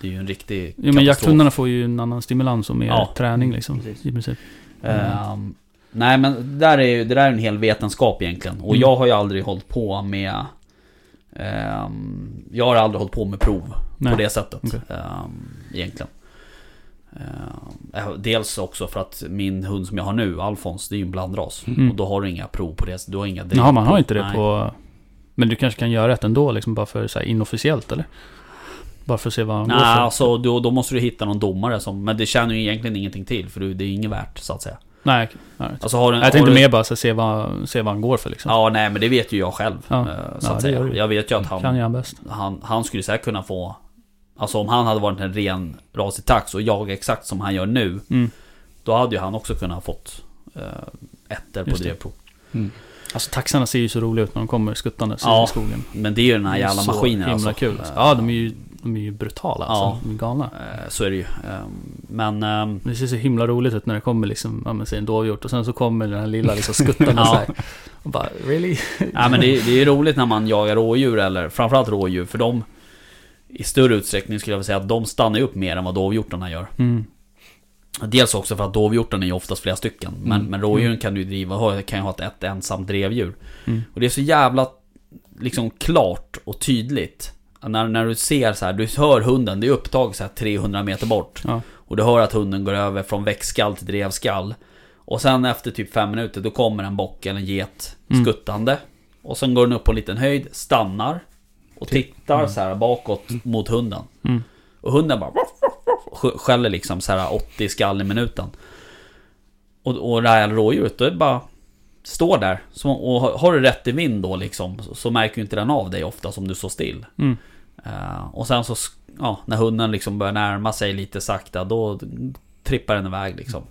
A: det är ju en riktig
D: Jo, men jakthundarna får ju en annan stimulans och mer
A: Ja. mm,
D: träning liksom.
A: Precis.
D: I princip. Mm.
A: Ehm, nej men där är ju, det där är en hel vetenskap egentligen. Och
D: Mm.
A: jag har ju aldrig hållit på med... ehm, jag har aldrig hållit på med prov
D: Nej.
A: på det sättet.
D: Okej.
A: Ehm, egentligen. Eh, Dels också för att min hund som jag har nu, Alfons, det är ju en blandras.
B: Mm.
A: Och då har du inga prov på det. så Du har inga
D: Jaha, man har
A: drivprov.
D: inte det
A: Nej.
D: på... Men du kanske kan göra ett ändå, liksom bara för så här inofficiellt, eller? Bara för att se vad han
A: Nej,
D: går för.
A: alltså då, då måste du hitta någon domare som... Men det tjänar ju egentligen ingenting till för du- det är ju inget värt så att säga.
D: Nej, okej. All right.
A: Alltså har du...
D: jag tänkte
A: har du,
D: mer bara så här, se, vad, se vad han går för liksom.
A: Ja, nej men det vet ju jag själv.
D: Ja.
A: eh, Så
D: Ja,
A: att
D: det gör
A: säga.
D: du ju.
A: Jag vet ju att
D: Kan
A: han,
D: ju han bäst.
A: han, han skulle säkert kunna få... Alltså om han hade varit en ren rasig tax och jag exakt som han gör nu.
D: Mm.
A: Då hade ju han också kunnat ha fått eh, ettor på
D: Just det.
A: drevprov.
D: Alltså taxarna ser ju så roliga ut när de kommer skuttandes
A: Ja.
D: i skogen.
A: Men det är ju den här
D: Det är
A: jävla
D: så
A: maskinen
D: himla
A: alltså.
D: kul.
A: Eh,
D: Ja, de är ju, de är ju brutala
A: Ja.
D: alltså. De är galna.
A: eh, Så är det ju. Eh, Men... ehm,
D: Det ser så himla roligt ut när det kommer liksom, ja men säg en dovhjort och sen så kommer den här lilla liksom skuttande
A: Ja.
D: så här. Och bara, really?
A: Ja men det, är- det är roligt när man jagar rådjur eller framförallt rådjur för de I större utsträckning skulle jag vilja säga att de stannar ju upp mer än vad dovhjortarna gör
D: Mm.
A: Dels också för att dovhjortarna är ju oftast flera stycken men, men rådjuren kan du ju driva, ha- kan ju ha ett, ett ensamt drevdjur
D: Mm.
A: Och det är så jävla liksom klart och tydligt när, när du ser så här, du hör hunden, det är upptag så här 300 meter bort
D: Ja.
A: Och du hör att hunden går över från växtskall till drevskall Och sen efter typ fem minuter då kommer en bock eller en get
D: Mm.
A: skuttande Och sen går den upp på en liten höjd, stannar Och tittar så här bakåt mot hunden
D: Typ. Mm.
A: Och hunden bara "Ruff, ruff, ruff", och sk- skäller liksom så här 80 skall i minuten Och, och det här rådjuret, då är det bara Står där, så, och har- har du rätt i vind då liksom så, så märker ju inte den av dig ofta som du står still
D: Mm.
A: Eh, och sen så, sk- ja, när hunden liksom börjar närma sig lite sakta, då trippar den iväg liksom.
D: Mm.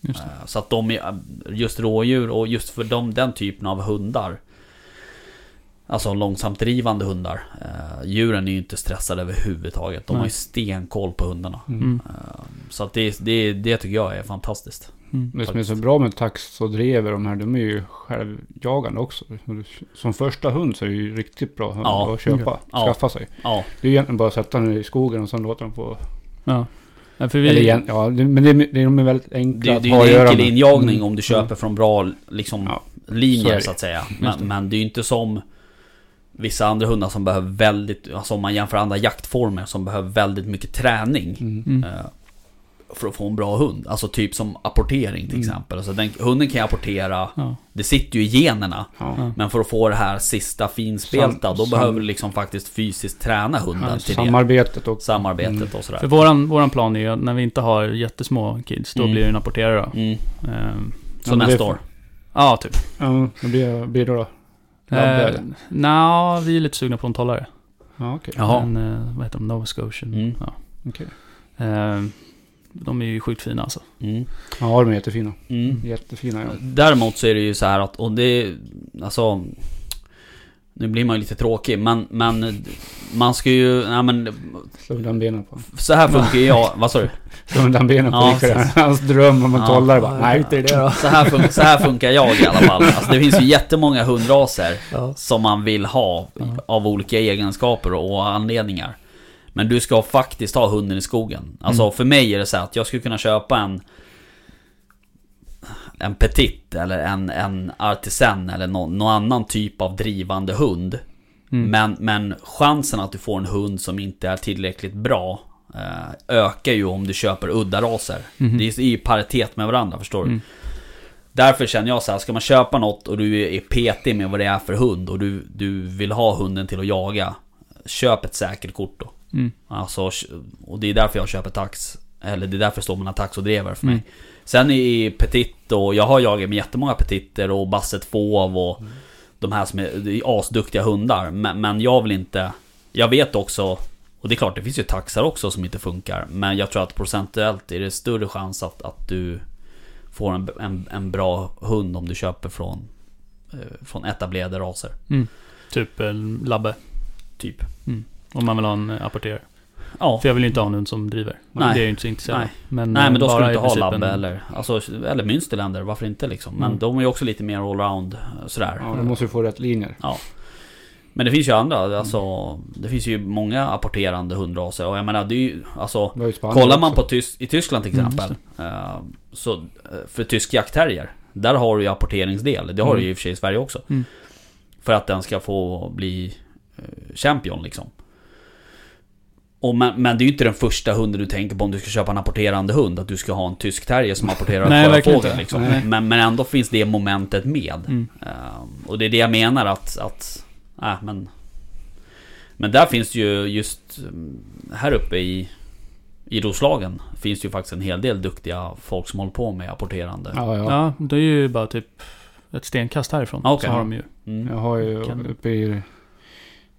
D: Just
A: Eh, så att de är, just rådjur och just för dem, den typen av hundar. Alltså långsamt drivande hundar. eh, djuren är ju inte stressade överhuvudtaget. De har ju
D: Nej.
A: stenkoll på hundarna.
D: Mm.
A: Så att det, det, det tycker jag är fantastiskt.
D: Mm.
C: Det som är så bra med tax och drever, de här, de är ju självjagande också. Som första hund så är det ju riktigt bra hund
A: Ja.
C: att köpa,
A: Ja.
C: skaffa sig.
A: Ja,
C: Det är ju egentligen bara att sätta den i skogen och sen låta den få...
D: Ja. ja, för
C: Eller
D: vi...
C: igen, ja, det, men det, det, de är väldigt enkla
A: det,
C: att
A: det
C: ha
A: är
C: att
A: ju en
C: göra
A: enkel
C: med.
A: injagning
C: Mm.
A: om du köper från bra liksom,
C: Ja, så är
A: linjer
C: det.
A: så att säga. Men, men det är ju inte som vissa andra hundar som behöver väldigt, alltså om man jämför andra jaktformer som behöver väldigt mycket träning.
C: Mm.
D: Mm.
A: eh, För att få en bra hund. Alltså typ som apportering till
C: Mm.
A: exempel. Alltså den, hunden kan ju apportera,
D: Ja.
A: det sitter ju i generna.
C: Ja.
A: Men för att få det här sista finspelta,
C: Sam-
A: då
C: sam-
A: behöver du liksom faktiskt fysiskt träna hunden till det.
C: Samarbetet och...
A: Samarbetet
C: Mm.
A: och sådär.
D: För våran, våran plan är ju att när vi inte har jättesmå kids, då
A: Mm.
D: blir det en apporterare då.
A: Mm.
D: Ehm,
A: Så
C: Ja, men det-
A: nästa år.
D: Ja, typ.
C: Ja, det blir, blir
A: Eh,
C: det då? Labbe,
D: Eh,
C: eller?
D: Nja, vi är lite sugna på en tollare.
C: Ja, okej.
A: Jaha.
D: En, eh, vad heter de? Nova Scotian.
A: Mm.
D: Ja.
C: Okej.
D: Ehm, de är ju sjukt fina alltså.
A: Mm.
C: Ja, de är jättefina.
A: Mm.
C: Jättefina, ja.
A: Däremot så är det ju så här att, och det, alltså... Nu blir man ju lite tråkig, men, men man ska ju, nej men...
C: Slå undan benen på
A: Så här funkar ju jag, vad sa du?
C: Slå undan benen på
A: Ja,
C: Rickard. Hans dröm om en
A: Ja.
C: tollare bara. Nej, inte det då.
A: Så här, fun- så här funkar jag i alla fall. Alltså det finns ju jättemånga hundraser som man vill ha av olika egenskaper och anledningar. Men du ska faktiskt ha hunden i skogen. Alltså för mig är det så här att jag skulle kunna köpa en en petit eller en, en artisan eller någon, någon annan typ av drivande hund. Men, men chansen att du får en hund som inte är tillräckligt bra eh, ökar ju om du köper udda raser. Det är ju i paritet med varandra, förstår du? Därför känner jag så här, ska man köpa något och du är petig med vad det är för hund och du, du vill ha hunden till att jaga. Köp ett säkert kort då.
D: Mm.
A: Alltså, och det är därför jag köper tax. Eller det är därför står man tax och drever för mig. Sen i petit och jag har jagat med jättemånga petitter och basset fåv och de här som är, det är asduktiga hundar. Men, men jag vill inte... Jag vet också... Och det är klart, det finns ju taxar också som inte funkar. Men jag tror att procentuellt är det större chans att, att du får en, en, en bra hund om du köper från, eh, från etablerade raser.
D: Typ eh, labbe.
A: Typ.
B: Mm.
D: Om man vill ha en eh, apporterare.
A: Ja.
D: För jag vill ju inte ha en hund som driver.
A: Nej.
D: Det är jag ju inte så intresserad av.
A: Nej.
D: Men,
A: Nej men då
D: eh,
A: ska
D: bara
A: du inte
D: i
A: ha
D: princip
A: Labbe
D: en-
A: eller, alltså, eller Münsterländer, varför inte liksom? Men
D: Mm.
A: de är ju också lite mer allround eh, sådär.
C: Ja, de måste ju få rätt linjer.
A: Men det finns ju andra, alltså, det finns ju många apporterande hundraser och jag menar det är ju, alltså
C: Det var ju Spanien
A: Kollar man
C: också.
A: på Tys- i Tyskland till
D: Mm,
A: exempel eh, så, eh, För tysk jaktterrier Där har du ju apporteringsdel, det har du ju i och för sig i Sverige också
D: Mm.
A: För att den ska få bli eh, champion liksom Och men, men det är ju inte den första hunden du tänker på om du ska köpa en apporterande hund. Att du ska ha en tysk terrier som apporterar
B: Nej,
A: sjöfågel.
B: verkligen inte.
A: liksom.
B: Nej.
A: men, men ändå finns det momentet med.
B: Mm.
A: Ehm, och det är det jag menar att... att äh, men, men där finns det ju just mm, här uppe i, i Roslagen. Finns det ju faktiskt en hel del duktiga folk som håller på med apporterande.
C: Ja, ja.
B: Ja, det är ju bara typ ett stenkast härifrån.
A: Ah, okej.
B: Så har de ju.
A: Mm.
C: Jag har ju
B: Kan-
C: uppe i,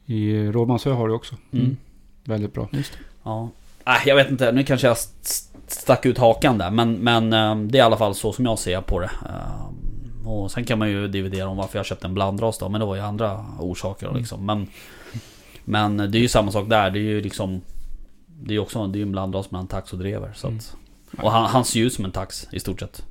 C: i Rådmansö har du också.
A: Mm.
C: Väldigt bra.
B: Just det.
A: Ja. Äh, jag vet inte, nu kanske jag st- st- stack ut hakan där. Men, men ehm, det är i alla fall så som jag ser på det. Ehm, Och sen kan man ju dividera om varför jag köpte en blandras då. Men det var ju andra orsaker
B: Mm.
A: då, liksom. Men, men det är ju samma sak där. Det är ju liksom... Det är ju också det är ju en blandras mellan tax och drever. Så
B: Mm.
A: att, och han, han ser ju ut som en tax i stort sett.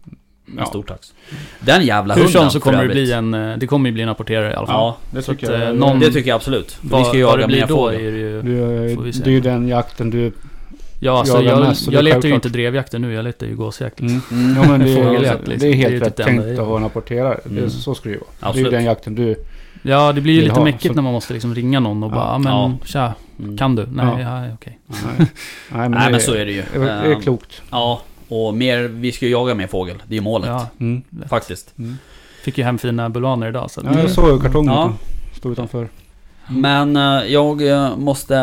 A: En
C: Ja.
A: stor tax. Den jävla
B: Hur
A: hunden
B: som så
A: för
B: kommer det
A: övrigt.
B: bli en... eh, Det kommer ju bli en apporterare i alla fall.
A: Ja,
C: det
B: så
C: tycker
B: att,
C: jag.
B: eh, någon-
A: det tycker jag absolut. För
B: Vad,
A: vi ska ju
B: vad det
A: jaga
B: blir
A: mer
B: då är
A: fågel.
B: det ju...
C: Du, eh,
B: Får vi se.
C: det är ju den jakten du...
B: Ja, alltså,
C: jagar
B: jag,
C: mest, så
B: jag,
C: det är
B: letar ju
C: självklart.
B: inte drevjakten nu, jag letar ju gåsjakt.
C: Mm.
A: Mm.
C: Ja, men det,
A: [LAUGHS]
B: Fågeljakt,
C: är,
B: liksom.
C: det är
B: Det är
C: helt
B: ju typ
C: rätt
B: det enda
C: tänkt
B: jag
C: att ha en apporterare. Det
A: Mm.
C: är, så ska det ju vara.
A: Absolut.
C: Det är ju den jakten du...
B: Ja, det blir ju
C: Vill
B: lite
C: ha,
B: mäckigt
C: så-
B: när man måste liksom ringa någon och
C: Ja.
B: bara, ja, men
A: Ja.
B: tja,
A: Mm.
B: kan du? Nej,
C: Ja.
B: ja, okej.
C: Nej, Nej, men,
A: Nej
C: det,
A: men så är det ju.
C: det är, det
A: Ehm,
C: är klokt.
A: Ja, och mer, vi ska ju jaga mer fågel. Det är målet.
B: Ja,
C: Mm.
A: Faktiskt.
C: Mm.
B: fick ju hem fina bulaner idag så att,
C: Ja, jag såg kartongen.
A: Ja.
C: Stod utanför.
A: Men eh, jag eh, måste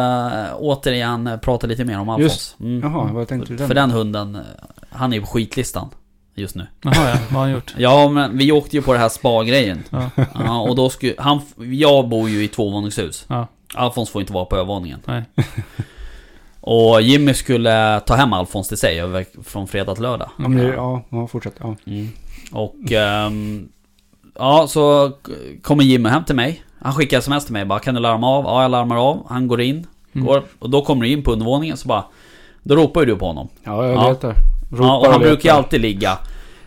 A: eh, återigen eh, prata lite mer om Alfons.
C: Just-
A: Mm.
C: Jaha, vad tänkte du den?
A: För den hunden, eh, han är på skitlistan just nu.
B: Jaha ja, vad har han gjort?
A: Ja men vi åkte ju på det
B: [LAUGHS]
A: här spa-grejen.
C: [LAUGHS]
B: Ja.
A: Ja, och då skulle, han, f- jag bor ju i tvåvåningshus.
B: Ja.
A: Alfons får inte vara på övervåningen.
B: Nej.
A: Och Jimmy skulle ta hem Alfons till sig över, från fredag till lördag.
C: Ja, men det- ja, ja, fortsätt. Ja.
A: Mm. Och... ehm, ja, så k- kommer Jimmy hem till mig. Han skickar sms till mig bara, kan du larma av? Ja, jag larmar av. Han går in.
B: Mm.
A: Går, och då kommer du in på undervåningen så bara... Då ropar ju du på honom.
C: Ja, jag
A: Ja.
C: letar. Ropar
A: Ja, och han
C: letar.
A: brukar ju alltid ligga...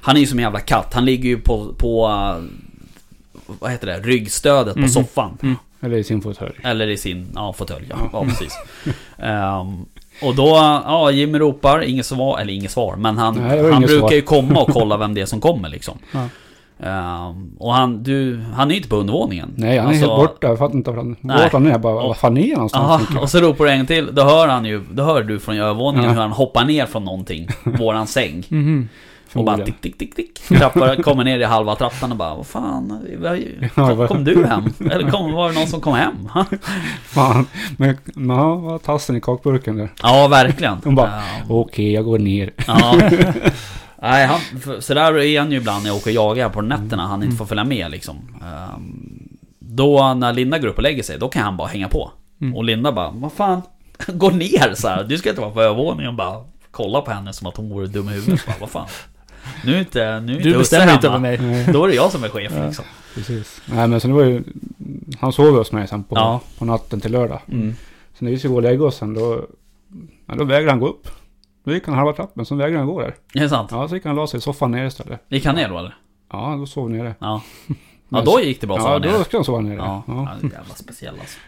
A: Han är ju som en jävla katt. Han ligger ju på... på eh, vad heter det? Ryggstödet på
B: Mhm.
A: soffan.
C: Eller i sin fåtölj.
A: Eller i sin ja, fåtölj. Ja, ja, precis. Ehm, och då, ja, Jimmy ropar, inget svar, eller inget svar, men han,
C: Nej, det var
A: han
C: inget
A: brukar
C: svar.
A: ju komma och kolla vem det är som kommer
C: [LAUGHS]
A: liksom.
B: Ja.
A: Ehm, och han, du, han är ju inte på undervåningen.
C: Nej, han är
A: Alltså,
C: helt borta. Jag fattar inte vart han,
A: Nej.
C: vart han är. Jag bara, vad fan är han någonstans?
A: Aha,
C: tänker jag.
A: och så ropar du en till, då hör han ju, då hör du från övervåningen
C: Ja.
A: hur han hoppar ner från
C: [LAUGHS]
A: någonting, våran säng.
C: Mm-hmm.
B: Mhm.
A: Och bara
C: Förmodligen.
A: tick, tick, tick, tick. Trappar, kommer ner i halva trappan och bara, vad fan,
C: Ja,
A: kom,
C: vad-
A: kom du hem? Eller kom, var det någon som kom hem? [LAUGHS]
C: Fan. Men, men han var tassen i kakburken där.
A: ja, verkligen.
C: Hon bara,
A: Ehm,
C: Okej, jag går ner.
A: Ja. [LAUGHS] Nej, han, för, så där är han ju ibland när jag åker och jagar på nätterna. Han inte får följa med liksom. Ehm, Då när Linda går upp och lägger sig, då kan han bara hänga på.
C: Mm.
D: Mm.
A: Och Linda bara, vad fan, [LAUGHS] gå ner så här. Du ska inte vara på övervåningen och bara kolla på henne som att hon vore dum i huvudet. Bara, vad fan. Nu är inte, nu är
B: Du
A: inte husse
B: bestämmer inte
A: hemma.
B: över mig.
A: [LAUGHS]
C: Nej,
A: Då är det jag som är chef liksom.
C: precis. Nej, men sen det var ju... Han sov hos mig sen på,
A: Ja.
C: på natten till lördag.
A: Mm.
C: Så när vi skulle gå och lägga oss sen då... Ja, då vägrade han gå upp. Då gick han halva trappen, sen vägrade han gå där.
A: Är det sant?
C: Ja, så gick han och la sig i soffan nere istället.
A: Gick han ner då eller?
C: Ja, då sov nere.
A: Ja. Ja, då gick det bra sa
C: Ja,
A: han
C: då
A: ner.
C: skulle han sova nere.
A: Ja,
C: Ja.
A: ja, jävla speciell alltså.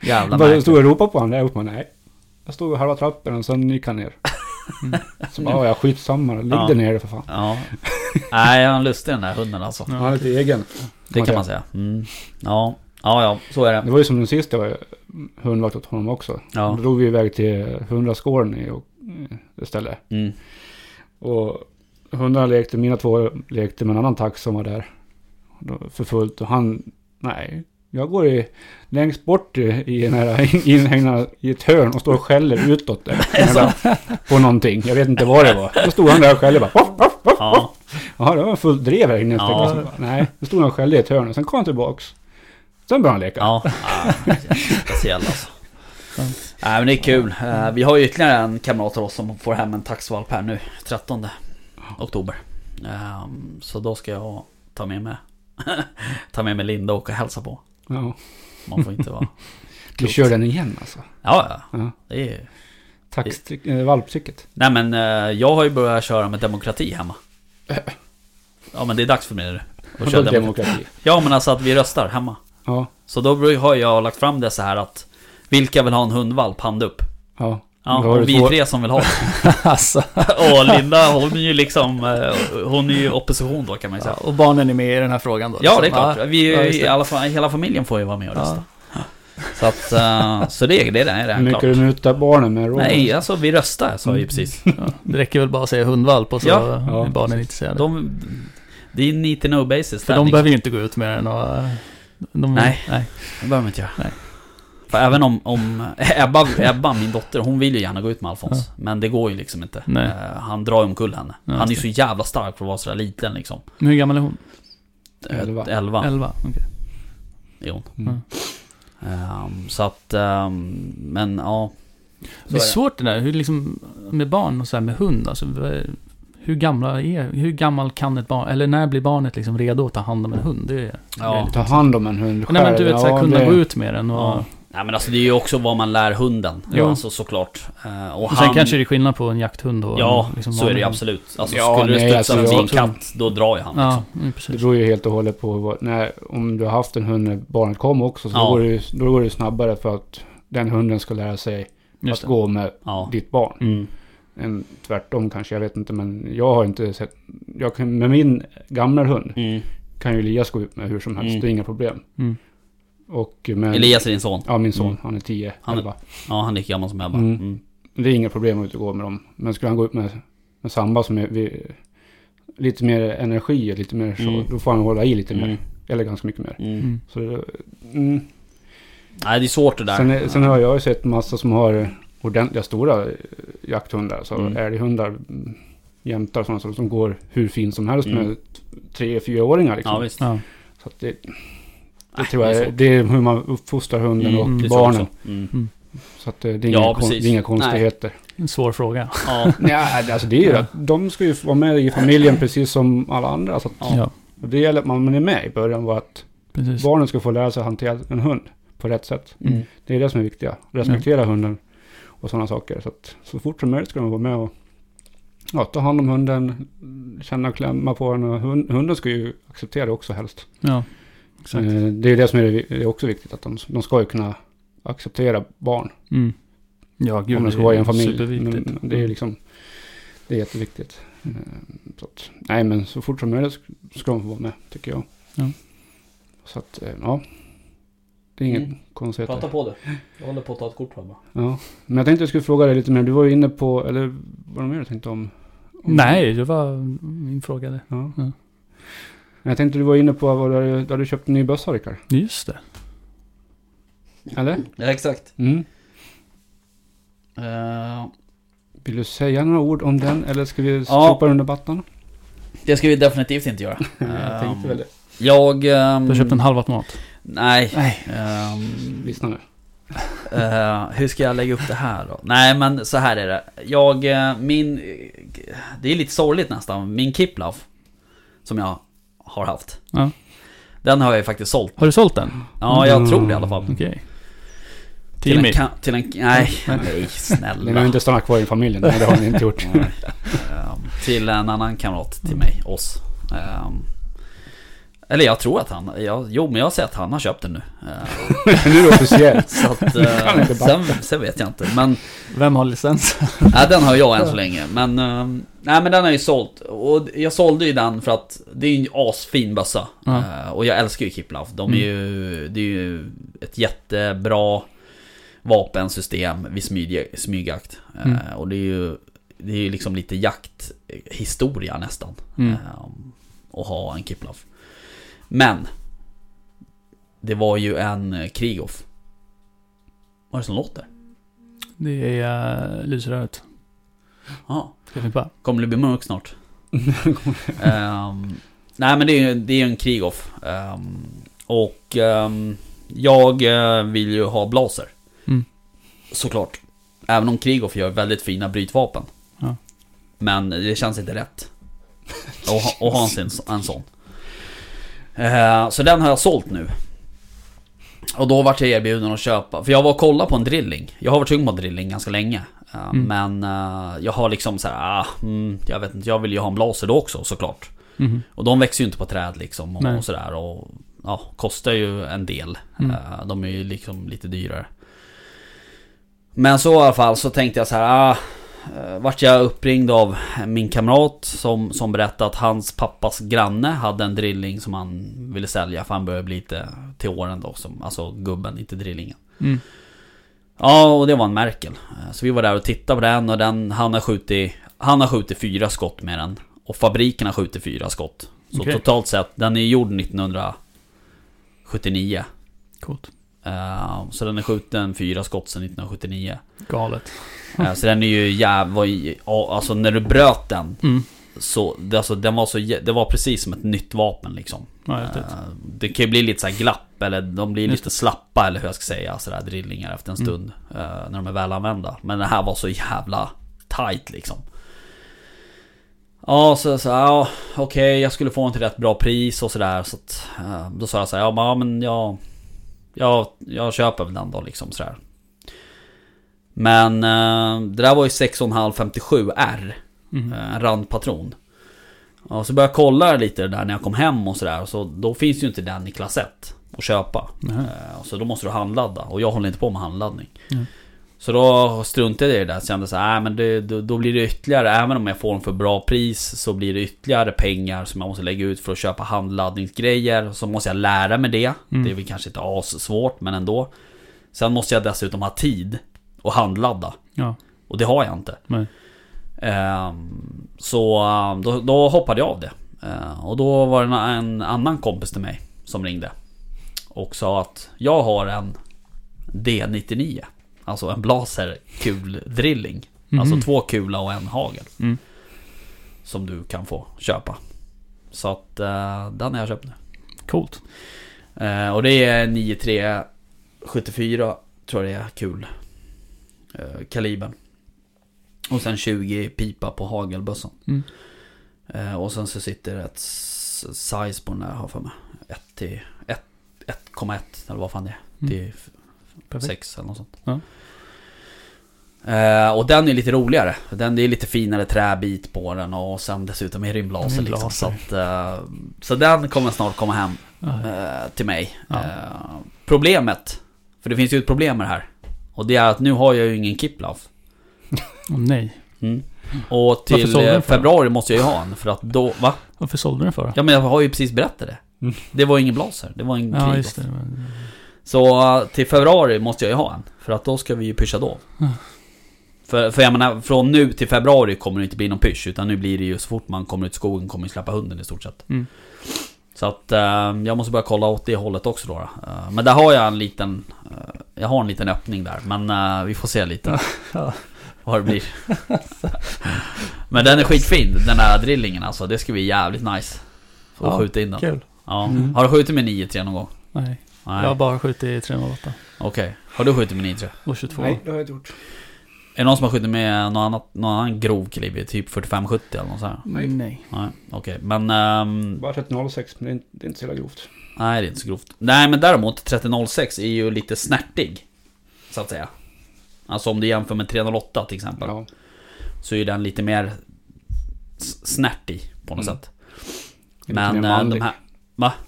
A: Jävla
C: Bara jag
A: märkligt.
C: stod och ropade på honom, jag bara nej. Jag stod i halva trappen och sen gick
A: [LAUGHS]
C: han ner. Så bara, ja skitsamma, ligg
A: Ja.
C: där nere för fan.
A: Ja. [LAUGHS] Nej, han är lustig den där hunden alltså.
C: Han är lite egen.
A: Det kan man säga. Mm. Ja. ja, ja, så är
C: Det
A: det.
C: var ju som den sista jag var hundvakt åt honom också.
A: Ja.
C: Då drog vi iväg till hundraskåren i och- istället.
A: Mm.
C: Och hundarna lekte, mina två lekte med en annan tax som var där. Då- För fullt och han, nej. Jag går i, längst bort i, i den här [LAUGHS] inhägnad i ett hörn och står och skäller
A: [LAUGHS]
C: utåt där. Jävla- på någonting, jag vet inte vad det var. Då stod han där och skällde bara. "Voff, voff, voff."
A: [LAUGHS] Ja.
C: Ja, det var fullt drev här inne.
A: Ja.
C: Ja. Nej, då stod han och skällde i ett hörn och sen kom han tillbaks. Sen började han leka.
A: Ja, Ah, ja speciell alltså. Nej men det är kul. Eh, Vi har ju ytterligare en kamrat till oss som får hem en taxvalp här nu. 13 oktober. Ehm, Så då ska jag ta med mig, [LAUGHS] ta med mig Linda och åka och hälsa på.
C: Ja.
A: Man får [LAUGHS] inte vara...
C: Du kör den igen alltså.
A: Ja, ja.
C: Ja.
A: Det är... ju-
C: Tax, eh, valptrycket.
A: Nej men eh, jag har ju börjat köra med demokrati hemma. Ja men det är dags för mig nu. Att köra
C: Vadå
A: demokrati.
C: demokrati.
A: Ja men alltså att vi röstar hemma.
C: Ja,
A: Så då har jag lagt fram det så här att Vilka vill ha en hundvalp? Hand upp.
C: ja.
A: Ja,
C: Då har du
A: och vi
C: två-
A: tre som vill ha det.
B: Alltså,
A: Och Linda hon är ju liksom eh, Hon är ju opposition då kan man ju säga.
B: och barnen är med i den här frågan då?
A: Ja
B: liksom.
A: det är klart. Vi,
B: ja, just det.
A: i alla fall, hela familjen får ju vara med och rösta.
B: Ja.
A: Så, att, eh, så det, det är det, är
C: Hur
A: det
C: mycket
A: klart.
C: du mutar barnen med råd.
A: Nej, alltså vi röstar sa jag ju precis.
D: Ja, det räcker väl bara att säga hundvalp och så
A: Ja.
C: Ja.
D: är barnen intresserade.
A: De, det är need to know basis
D: För
A: där.
D: de
A: liksom.
D: behöver ju inte gå ut med den och... eh, De,
A: Nej.
D: nej.
A: Det behöver inte jag.
D: Nej.
A: För även om, om eh, Ebba, Ebba, min dotter, hon vill ju gärna gå ut med Alfons. Men det går ju liksom inte.
D: Nej.
A: Eh, Han drar ju omkull henne.
D: Ja,
A: han är ju
D: just
A: så jävla stark för att vara sådär liten liksom.
D: Men hur gammal är hon?
A: Eh,
C: Elva.
A: Elva.
D: Elva? Okej.
A: är hon.
C: Mm.
A: Ehm, så att, ehm, men ja. Så
D: Det är
A: är det.
D: svårt det där, hur liksom, med barn och så här med hund, alltså, v- hur, gamla är, hur gammal kan ett barn, eller när blir barnet liksom redo att ta hand om en hund? Det är,
A: ja.
C: Ta hand om en hund själv.
D: nej men du vet, så här,
C: Ja,
D: kunna
C: det-
D: gå ut med den och...
A: Ja. Nej men alltså det är ju också vad man lär hunden.
D: Jo.
A: Alltså såklart. Eh, och
D: och sen
A: han,
D: kanske det är skillnad på en jakthund och
A: Ja,
D: en, liksom,
A: så är det
D: vanlig
A: ju
D: hund.
A: absolut. Alltså
C: Ja,
A: skulle
C: nej,
A: det studsa
C: alltså,
A: förbi
C: jag
A: en
C: tror-
A: katt, då drar ju han liksom.
D: Ja, mm,
C: Det
D: precis.
C: beror ju helt och hållet på vad, när, om du har haft en hund när barnet kom också. Så
A: Ja.
C: då, går det, ju- då går det ju snabbare för att den hunden ska lära sig
D: Just
C: att
D: det.
C: gå med
A: Ja.
C: ditt barn.
A: Mm.
C: En, tvärtom kanske, jag vet inte. Men jag har inte sett... Jag kan, med min gamla hund
A: Mm.
C: kan ju Elias gå ut med hur som helst.
A: Mm.
C: Det är inga problem.
D: Mm.
C: Och med,
A: Elias är din son.
C: Ja, min son.
A: Mm.
C: Han är 10,
A: Han är-
C: 11.
A: Ja, han är lika gammal som Ebba.
C: Mm.
A: Mm.
C: Det är inga problem att ut och gå med dem. Men skulle han gå ut med, med Samba som är vi, lite mer energi och lite mer så.
A: Mm.
C: Då får han hålla i lite
A: Mm.
C: mer. Eller ganska mycket mer.
A: Mm.
D: Mm.
C: Så, det- mm.
A: Nej, det är svårt det där.
C: sen, är- sen har jag ju sett massa som har ordentliga stora eh, jakthundar. Så
A: Mm.
C: älghundar, mm, jämtar och sådana saker som går hur fint som helst
A: Mm.
C: med t- tre, fyraåringar. Liksom.
A: Ja, visst.
D: Ja.
C: Så att det, det
A: Nej,
C: tror
A: det
C: jag
A: är
C: är, det är hur man uppfostrar hunden
A: Mm,
C: och
A: det tror jag
C: barnen.
A: också. Mm.
C: Så att eh, det, det är
A: Ja,
C: inga, kon, det
A: precis.
C: är inga
A: Nej.
C: konstigheter.
D: En svår fråga.
A: Ja,
C: Nej, alltså det är ju att de ska ju vara med i familjen precis som alla andra. Så att
A: Ja.
C: Det gäller att man är med i början och att
D: precis.
C: barnen ska få lära sig att hantera en hund på rätt sätt.
A: Mm.
C: Det är det som är viktiga. Respektera hunden och sådana saker. Så, att, så fort som möjligt ska de vara med och ja, ta hand om hunden, känna och klämma på den. Och hund, hunden ska ju acceptera det också helst.
D: Ja, exakt.
C: Eh, Det är det som är, det vi- det är också viktigt, att de, de ska ju kunna acceptera barn.
D: Mm. Ja, gud.
C: om det ska
D: är
C: vara i en familj.
D: Superviktigt.
C: Men det är liksom, det är jätteviktigt. Eh, Så att, nej men så fort som möjligt sk- ska de få vara med, tycker jag.
D: Ja.
C: Så att, eh, ja. Det är inget
A: Mm.
C: konstigt.
A: [LAUGHS] prata på det. Jag håller på att ta ett kort bara.
C: Ja. Men jag tänkte jag skulle fråga dig lite mer. Du var ju inne på, eller var det mer du tänkte om? om
D: Nej, det var min fråga det.
C: Ja.
D: Ja.
C: Men Jag tänkte du var inne på vad du, där du köpt en ny bössa Rickard.
D: Just det.
C: Eller?
A: Ja, exakt.
C: Mm.
A: Eh,
C: Vill du säga några ord om den eller ska vi
A: Ja.
C: sopa den under mattan?
A: det ska vi definitivt inte göra.
C: [LAUGHS]
A: Eh,
C: jag
A: Um.
C: tänkte väl det.
A: Jag...
D: Du
A: ehm,
D: har köpt en halvautomat.
A: Nej.
D: Nej.
A: Ehm,
C: Lyssna nu.
A: Eh, hur ska jag lägga upp det här då? Nej men så här är det. Jag, eh, min... eh, Det är lite sorgligt nästan. Min Kiplav. Som jag har haft.
D: Ja.
A: Den har jag ju faktiskt sålt.
D: Har du sålt den?
A: Ja,
C: Mm.
A: jag tror det i alla fall.
D: Okej.
A: Mm. Till en,
D: Timmy.
A: ka- till en... Nej, nej snälla.
C: Den har ju inte stannat kvar i familjen. Nej, det har den inte gjort.
A: [LAUGHS] Ehm, till en annan kamrat till mig, oss. Ehm, eller jag tror att han, jag, jo men jag har sett att han har köpt den nu. Ehm,
C: nu är det [LAUGHS] officiellt.
A: så att,
C: Kan
A: eh,
C: inte
A: sen,
C: backa.
A: sen vet jag inte. Men
D: Vem har licens?
A: Nej, den har jag än så länge. Men, ehm, nej, men den har ju sålt. Och jag sålde ju den för att det är ju en asfin bössa.
D: Ja. Mm.
A: Eh, och jag älskar ju Kiplav. De är ju, det är ju ett jättebra vapensystem vid smyg, smygjakt. Eh,
D: Mm.
A: Och det är ju det är ju liksom lite jakthistoria nästan.
D: [LAUGHS] Mm.
A: ehm, Att ha en Kiplav. Men det var ju en eh, Krigoff. Vad är det som låter?
D: Det är uh, lysröret.
A: Ja.
D: Ska vi bara-
A: Kommer det bli mörkt
D: [LAUGHS]
A: snart? Ehm, nej men det är ju det är ju en krigoff. Ehm, och ehm, jag eh, vill ju ha blaser.
D: Mm.
A: Såklart. Även om krigoff gör väldigt fina brytvapen.
D: Ja.
A: Men det känns inte rätt. Och, ha- och ha en, sin- en sån. Eh, så den har jag sålt nu. Och då vart jag erbjuden att köpa, för jag var och kollade på en drilling. Jag har varit sugen på drilling ganska länge. Eh,
D: Mm.
A: Men eh, jag har liksom så här, ah, mm, jag vet inte, jag vill ju ha en blaser då också såklart.
D: Mhm.
A: Och de växer ju inte på träd liksom och,
D: Nej.
A: och sådär. Och ja, kostar ju en del.
D: Mm.
A: Eh, de är ju liksom lite dyrare. Men så i alla fall så tänkte jag så här, ah, eh, vart jag uppringd av min kamrat som, som berättade att hans pappas granne hade en drilling som han ville sälja för han började bli lite till åren då. Som, alltså gubben, inte drillingen.
D: Mm.
A: Ja, och det var en Merkel. Eh, Så vi var där och tittade på den och den, han har skjutit, han har skjutit fyra skott med den. Och fabriken har skjutit fyra skott. Så
D: Okej.
A: totalt sett, den är gjord 1979.
D: Coolt.
A: Eh, Så den är skjuten fyra skott sedan 1979.
D: Galet.
A: Eh, Så den är ju jävla... Alltså när du bröt den
D: Mm.
A: så... det- Alltså den var så... jä- Det var precis som ett nytt vapen liksom.
D: Ja, häftigt.
A: Eh, Det kan ju bli lite så här glapp eller de blir
D: Just Mm.
A: lite slappa eller hur jag ska säga. Sådär drillningar efter en stund. eh, När de är väl använda. Men den här var så jävla tight liksom. Ja, så jag sa ja, okej jag skulle få den till rätt bra pris och sådär. Så att, eh, då sa jag så här, ja men, ja, men jag, jag, jag köper väl den då liksom sådär. Men eh, det där var ju 6,5 57R.
D: Mm.
A: eh, En randpatron. Ja, så började jag kolla lite det där när jag kom hem och sådär. Så då finns ju inte den i klass 1 att köpa.
D: Nähä.
A: Eh, Så då måste du handladda och jag håller inte på med handladdning.
D: Mm.
A: Så då struntade jag i det där. Så kände så här, "Nej, men det, då, då blir det ytterligare, även om jag får den för bra pris så blir det ytterligare pengar som jag måste lägga ut för att köpa handladdningsgrejer. Så måste jag lära mig det. Det är väl kanske inte assvårt men ändå. Sen måste jag dessutom ha tid och handladda.
D: Ja.
A: Och det har jag inte.
D: Nej.
A: Ehm, så ehm, då, då hoppade jag av det. Ehm, och då var det en, en annan kompis till mig som ringde. Och sa att jag har en D99. Alltså en blaser kuldrilling. Alltså två kula och en hagel.
D: Mm.
A: Som du kan få köpa. Så att eh, den har jag köpt nu.
D: Coolt.
A: Eh, och det är 9374 tror jag det är kul. Eh, kalibern. Och sen 20 pipa på hagelbössan.
D: Mm.
A: Eh, och sen så sitter det ett s- size på den där har jag för mig. 1 till 1 1,1 eller vad fan det är.
D: Mm.
A: Till f-
D: Perfekt.
A: sex eller något sånt.
D: Ja.
A: Eh, och den är lite roligare. Den det är lite finare träbit på den och sen dessutom är det en blaser. Liksom, så,
D: Rimlaser.
A: att, eh, så den kommer snart komma hem
D: Ja.
A: eh, till mig.
D: Ja.
A: Eh, problemet, för det finns ju ett problem med det här. Och det är att nu har jag ju ingen Kiplav.
D: Åh, nej.
A: Mm. Och till
D: sålde du
A: eh,
D: den för?
A: februari måste jag ju ha en för att då, va?
D: Varför sålde du den för då?
A: Ja men jag har ju precis berättat det.
C: Mm.
A: Det var ingen blaser, det var ingen
D: Ja,
A: krig.
D: just det. Men-
A: Så eh, till februari måste jag ju ha en. För att då ska vi ju pyscha då.
D: Mm.
A: För, för jag menar, från nu till februari kommer det inte bli någon pysch. Utan nu blir det ju så fort man kommer ut i skogen kommer vi släppa hunden i stort sett.
D: Mm.
A: Så att eh, jag måste börja kolla åt det hållet också då. då. Eh, men där har jag en liten... eh, jag har en liten öppning där. Men eh, vi får se lite
D: Ja.
A: vad det blir. men den är skitfin, den här drillingen alltså. Det ska bli jävligt nice. Få
D: Ja,
A: skjuta in den.
D: Kul. Mm.
A: Ja. Har du skjutit med 9-3 någon gång?
D: Nej.
A: Nej.
D: Jag har bara skjutit i 308.
A: Okej. Har du skjutit med 9-3?
D: Och 22.
C: Nej, det har jag inte gjort.
A: Är det någon som har skjutit med någon, annat, någon annan grov kaliber? Typ 45-70 eller något sånt?
C: Nej.
D: Nej.
A: Nej, okej. Men... ehm,
C: Bara 30,06 men det är inte, det är inte så jävla grovt.
A: nej, det är inte så grovt. Nej, men däremot 3006 är ju lite snärtig. Så att säga. Alltså om du jämför med 308 till exempel.
C: Ja.
A: Så är ju den lite mer s- snärtig på något
C: Mm.
A: sätt.
C: Lite
A: Men
C: mer
A: eh, de
C: manlig.
A: här...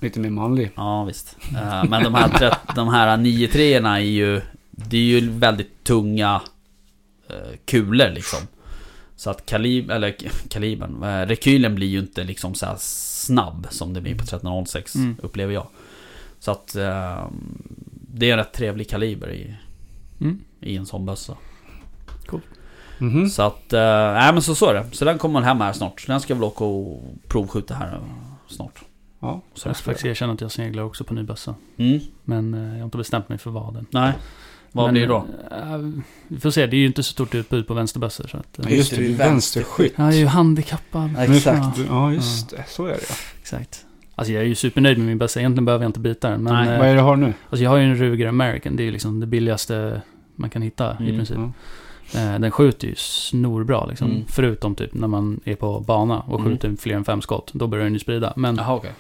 C: Lite mer manlig.
A: Ja, visst. Eh, men de här, tret- de här 93 erna är ju... Det är ju väldigt tunga eh, kulor liksom. Så att kalib, eller k- kalibern, eh, rekylen blir ju inte liksom så här snabb som det blir på 1306
D: Mm.
A: upplever jag. Så att eh, det är en rätt trevlig kaliber i,
D: Mm.
A: i en sån bössa.
C: Mhm.
A: Så att, eh, nej men så så är det. Så den kommer hem här snart. Så den ska jag väl åka och provskjuta här eh, snart.
C: Ja.
A: Så
D: Så jag ska faktiskt erkänna att jag sneglar också på ny bössa.
A: Mm,
D: Men eh, jag har inte bestämt mig för vad än.
A: nej. Vad
D: Men,
A: blir det då?
D: eh, vi får se, det är ju inte så stort utbud på vänsterbössor. Så att, eh,
C: just det, det är ju vänsterskytt.
D: jag är ju handikappad.
A: Exakt.
D: Ja,
C: Ja, just det. Så är det ja.
D: exakt. Alltså jag är ju supernöjd med min bössa, egentligen behöver jag inte byta den. Men,
A: Nej.
D: eh,
C: Vad är det du har nu?
D: Alltså jag har ju en Ruger American, det är ju liksom det billigaste man kan hitta
A: Mm,
D: i princip.
C: ja.
D: Eh, Den skjuter ju snorbra liksom.
A: Mm.
D: Förutom typ när man är på bana och
A: Mm.
D: skjuter fler än fem skott. Då börjar den ju sprida. Men
A: Jaha okej.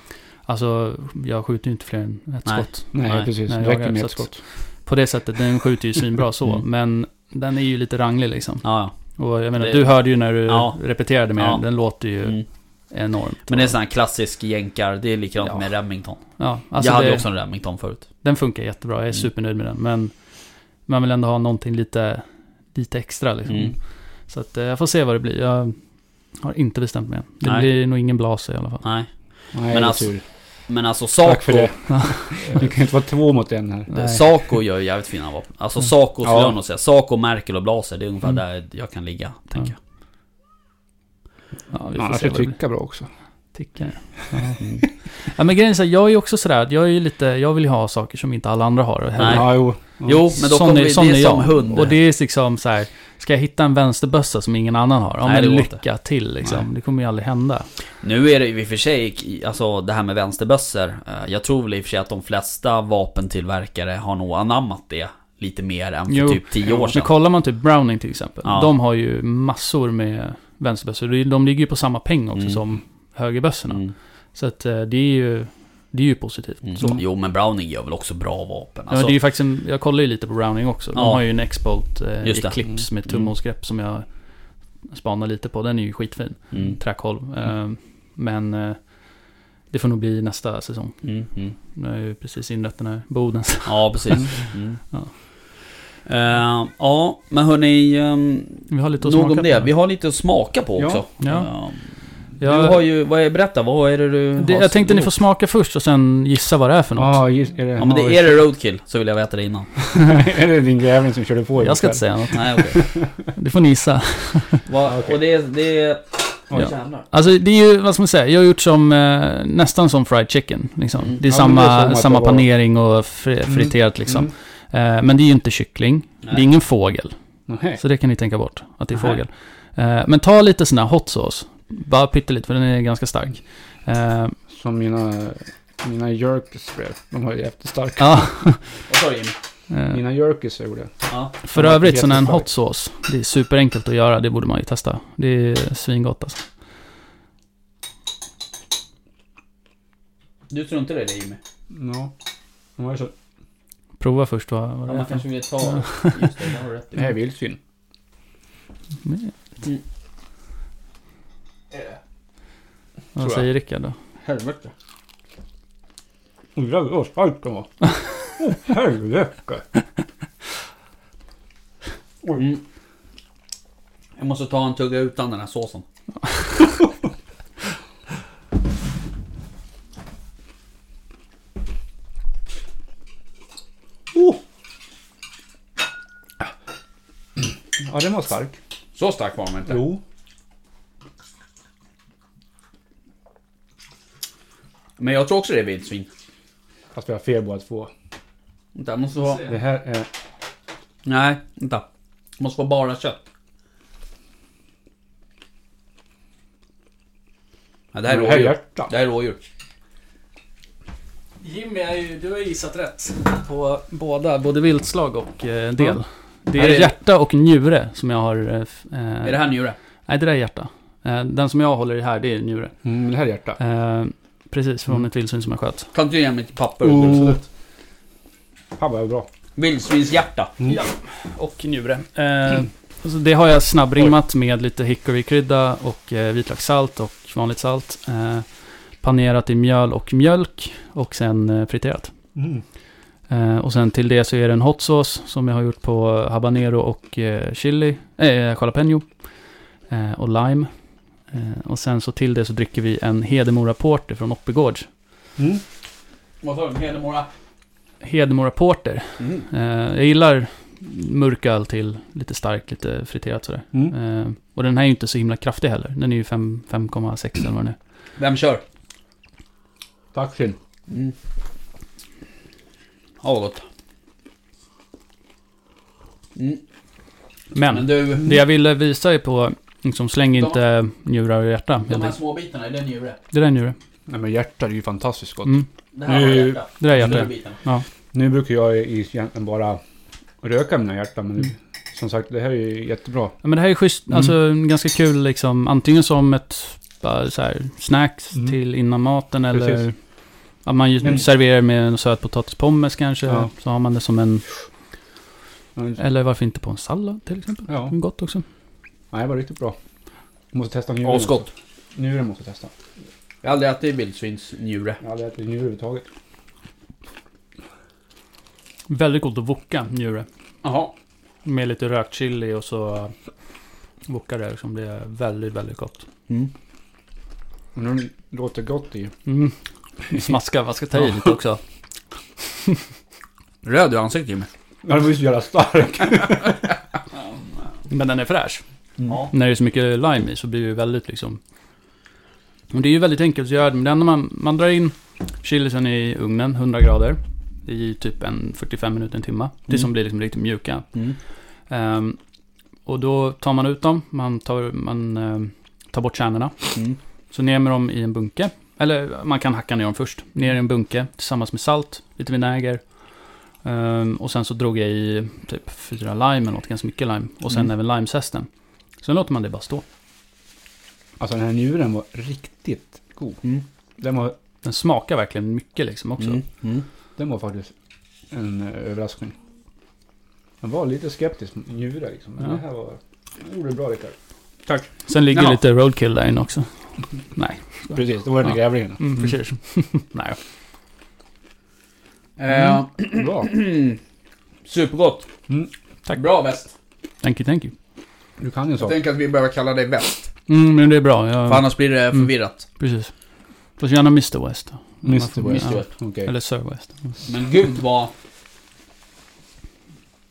D: alltså jag skjuter ju inte fler än ett
A: Nej.
D: skott.
C: Nej,
A: Nej,
C: precis.
D: nej,
C: Det
D: jag
C: räcker
D: har
C: med ett
D: satt-
C: skott.
D: På det sättet, den skjuter ju svinbra så.
A: Mm.
D: Men den är ju lite ranglig liksom.
A: Ja, ja.
D: Och jag menar,
A: Det-
D: du hörde ju när du
A: Ja.
D: repeterade med
A: Ja.
D: den. Den låter ju
A: Mm.
D: enormt.
A: Men det är sån här klassisk jänkar, det är likadant
D: Ja.
A: med Remington.
D: ja, alltså
A: jag hade
D: det,
A: också en Remington förut.
D: Den funkar jättebra, jag är
A: Mm.
D: supernöjd med den. Men man vill ändå ha någonting lite, lite extra liksom.
A: Mm.
D: Så att, eh, jag får se vad det blir. Jag har inte bestämt mig än. Det
A: Nej.
D: blir nog ingen blaser i alla fall.
A: Nej.
C: Nej,
A: Men
C: det är
A: alltså-
C: tur.
A: Men alltså
C: Tack för
A: Saco,
C: det. [LAUGHS] Det kan ju inte vara två mot en här.
A: eh, Saco gör ju jävligt fina vapen. Alltså Saco skulle
C: Mm. Ja. Mm.
A: jag nog säga. Saco, Merkel och Blaser, det är ungefär där jag kan ligga, tänker jag.
D: Ja, vi får
C: Annars
D: se
C: är
D: vad det blir.
C: tycka bra också.
D: Tickar. Ja.
A: Mm.
D: ja, men grejen är så här, jag är ju också sådär, att jag är ju lite, jag vill ju ha saker som inte alla andra har.
A: Nej.
C: Ja, jo. Ja.
A: Jo, men då
D: Sån
A: kommer
D: är-
A: vi...
D: sån
A: det är som
D: jag.
A: hund.
D: Och det är liksom så här, ska jag hitta en vänsterbössa som ingen annan har? Ja,
A: Nej, det
D: men
A: går inte.
D: lycka till liksom. Det kommer ju aldrig hända.
A: Nu är det ju i och för sig, alltså det här med vänsterbössor. eh, Jag tror väl i och för sig att de flesta vapentillverkare har nog anammat det lite mer än för
D: Jo.
A: typ 10 år
D: Men
A: sedan.
D: kollar man typ Browning till exempel.
A: Ja.
D: De har ju massor med vänsterbössor. De- De ligger ju på samma peng också
A: Mm.
D: som högerbössorna.
A: Mm.
D: Så att eh, det är ju, det är ju positivt.
A: Mm.
D: Så.
A: Jo men Browning gör väl också bra vapen.
D: Ja,
A: Alltså,
D: det är ju faktiskt en, jag kollar ju lite på Browning också. De
A: Ja.
D: har ju en X-Bolt eh,
A: Just det. Mm.
D: Eclipse med tummålsgrepp som jag spanar lite på. Den är ju skitfin.
A: mm,
D: Träkolv. Eh, men eh, det får nog bli nästa säsong.
A: mm, mm.
D: Nu har jag ju eh, precis inrett den här boden. [LAUGHS] så-
A: ja precis. Mm.
D: Ja.
A: Eh, ja, men hörni, um,
D: Vi har lite att
A: nog
D: smaka
A: om det.
D: på.
A: Vi har lite att smaka på
C: Ja.
A: också.
D: Ja.
A: Eh,
D: Jag,
A: Du har ju, vad är, berätta, vad är det du
D: det,
A: har
D: jag tänkte ni får
A: gjort?
D: smaka först och sen gissa vad det är för något.
C: Ja, gis- är det,
A: Ja men det är det Roadkill, så vill jag veta det innan.
C: [LAUGHS] är det din grävling som körde på
D: jag ska inte säga något.
A: Nej
D: [LAUGHS]
A: okej.
D: Det får ni gissa.
A: Va- Och det, är- det är...
D: Ja.
A: jävlar.
D: Alltså det är ju, vad ska man säga, jag har gjort som, eh, nästan som fried chicken. Liksom.
A: Mm.
D: Det är
C: Ja, men
D: samma,
C: det är som att
D: samma
C: det var-
D: panering och fri, friterat liksom. Eh, men det är ju inte kyckling, det
A: Mm. Nej.
D: är ingen fågel.
C: Mm. Nej.
D: Så det kan ni tänka bort, att det är
A: Nej.
D: fågel. Eh, men ta lite sån här hot sauce, bara pyttelite för den är ganska stark.
A: Mm.
D: Eh,
C: Som mina, mina jerkers blev. De var ju
A: [LAUGHS]
C: efterstarka.
D: ja,
A: Vad sa du Jimmy?
D: eh,
C: Mina jerkers jag gjorde.
A: Ja.
D: för övrigt sån här hot sauce, det är superenkelt att göra, det borde man ju testa. Det är svingott alltså.
A: Du tror inte det, det Jimmy?
C: Ja. De var ju så...
D: Prova först vad, vad det
A: Ja,
D: är.
A: man
D: för
A: kanske vill ta... Just det, det har du rätt
C: Det här är
A: i.
C: vildsvin.
D: Vad
C: tror jag.
D: säger Rickard då?
A: Helvete.
C: Undrar vad stark de var. [LAUGHS] Åh helvete.
A: Mm. Jag måste ta en tugga utan den här såsen.
C: Ja, den var stark.
A: Så stark var den inte?
C: Jo.
A: Men jag tror också det är vildsvin.
C: Fast vi har fel båda två.
A: Vänta, jag måste vara...
C: Det här är...
A: Nej, vänta. Det måste vara bara kött. Ja, det här är
D: Mm,
C: det här är
A: rådjur.
C: hjärta.
A: Det här är rådjur.
D: Jimmy, är ju, du har ju gissat rätt på båda, både viltslag och eh, del.
A: Ja.
D: Det
A: Här
D: är
A: är-
D: hjärta och njure som jag har... Eh, f- eh,
A: Är det här njure?
D: Nej, det där är hjärta. Eh, den som jag håller i här, det är njure.
C: Mm, det här är hjärta.
D: Eh, precis, från ett vildsvin som jag sköt.
A: Kan du ge mig ett papper?
D: Mm.
C: Oh. Fan vad bra. Mm.
A: Vildsvinshjärta.
D: Och njure. Eh, så det har jag snabbrimmat med lite hickorykrydda och eh, vitlökssalt och vanligt salt. Eh, panerat i mjöl och mjölk och sen eh, friterat.
C: Mm.
D: Eh, och sen till det så är det en hot sauce som jag har gjort på habanero och eh, chili, eh, jalapeno eh, och lime. Eh, och sen så till det så dricker vi en Hedemora Porter från Oppegårds.
C: Mm.
A: Vad sa du? Hedemora?
D: Hedemora Porter.
A: Mm.
D: Eh, jag gillar mörk öl till lite starkt, lite friterat sådär.
C: Mm.
D: Eh, och den här är ju inte så himla kraftig heller. Den är ju fem- 5,6 eller vad den är.
A: Vem kör?
C: Tack Finn.
A: Mm. Ja, vad gott. Mm. Men
D: Men
A: du,
D: det jag ville visa är på, liksom släng inte njurar och hjärta. helt
A: de här
D: enkelt.
A: små bitarna, är det njure?
D: Det där är njure.
C: Nej men hjärta är ju fantastiskt gott.
D: Mm,
A: Det här var
C: Nu-
A: hjärta.
D: det där är
A: De
D: hjärta.
A: här
D: ja.
A: bitarna.
C: Nu brukar jag i- egentligen bara röka mina hjärtan men nu, som sagt det här är ju jättebra.
D: Ja, men det här är schysst,
C: Mm.
D: alltså en ganska kul liksom, antingen som ett bara, så här, snacks
C: Mm.
D: till innan maten eller
C: Precis.
D: ja, man ju
C: Mm.
D: serverar med en sötpotatispommes kanske.
C: Ja.
D: Så har man det som en,
C: Men-
D: eller varför inte på en sallad till exempel.
C: Ja,
D: Mm, Gott också.
C: nej det var riktigt bra. Jag måste testa njuren.
A: Asgott.
C: Njuren måste jag testa.
A: Jag har aldrig ätit vildsvinsnjure.
C: Jag har aldrig ätit njure överhuvudtaget.
D: Väldigt gott att woka njure.
A: Jaha.
D: Med lite rökt chili och så woka det liksom.
A: Mm.
D: Mm. Det är väldigt, väldigt gott.
C: Men den låter gott i.
D: Mm. [LAUGHS] Smaska, man ska ta i lite också.
A: Röd i ansiktet Jimmy.
C: Ja, den var ju så jävla stark.
D: Men den är fräsch.
C: Mm.
A: Ja.
D: När det är så mycket lime i så blir det ju väldigt liksom... Och det är ju väldigt enkelt att göra det, men det enda man, man drar in chilisen i ugnen, 100 grader. I typ en 45 minuter, en timme. Tills
A: Mm.
D: de blir liksom riktigt mjuka.
A: Mm.
D: Ehm, och då tar man ut dem, man tar, man, ehm, tar bort kärnorna.
A: Mm.
D: Så ner med dem i en bunke. Eller man kan hacka ner dem först. Ner i en bunke tillsammans med salt, lite vinäger. Ehm, och sen så drog jag i typ fyra lime eller något, ganska mycket lime. Och sen
A: Mm.
D: även limezesten. Sen låter man det bara stå.
C: Alltså den här njuren var riktigt god.
A: Mm.
C: Den var,
D: Den smakar verkligen mycket liksom också.
A: Mm. Mm.
C: den var faktiskt en eh, överraskning. Man var lite skeptisk mot njurar liksom. Men
D: Ja.
C: det här var... Den gjorde det bra Rickard.
D: Sen ligger
A: Jaha.
D: lite roadkill där inne också. Nej,
C: Precis, det var den där grävlingen.
A: [LAUGHS]
D: mm, precis. Nej.
A: Eh,
C: Bra.
A: [CLEARS THROAT] supergott.
C: Mm.
A: Tack. Bra väst.
D: Thank you, thank you.
C: Du kan ju
A: Jag
C: sånt.
A: tänker att vi behöver kalla dig väst.
D: Mm, men det är bra. Jag,
A: För annars blir det förvirrat.
D: Precis. Fast gärna Mr West då.
C: Mr.
D: Man får-
C: West.
D: ja.
C: Okej.
D: Eller Sir West.
A: Men gud vad...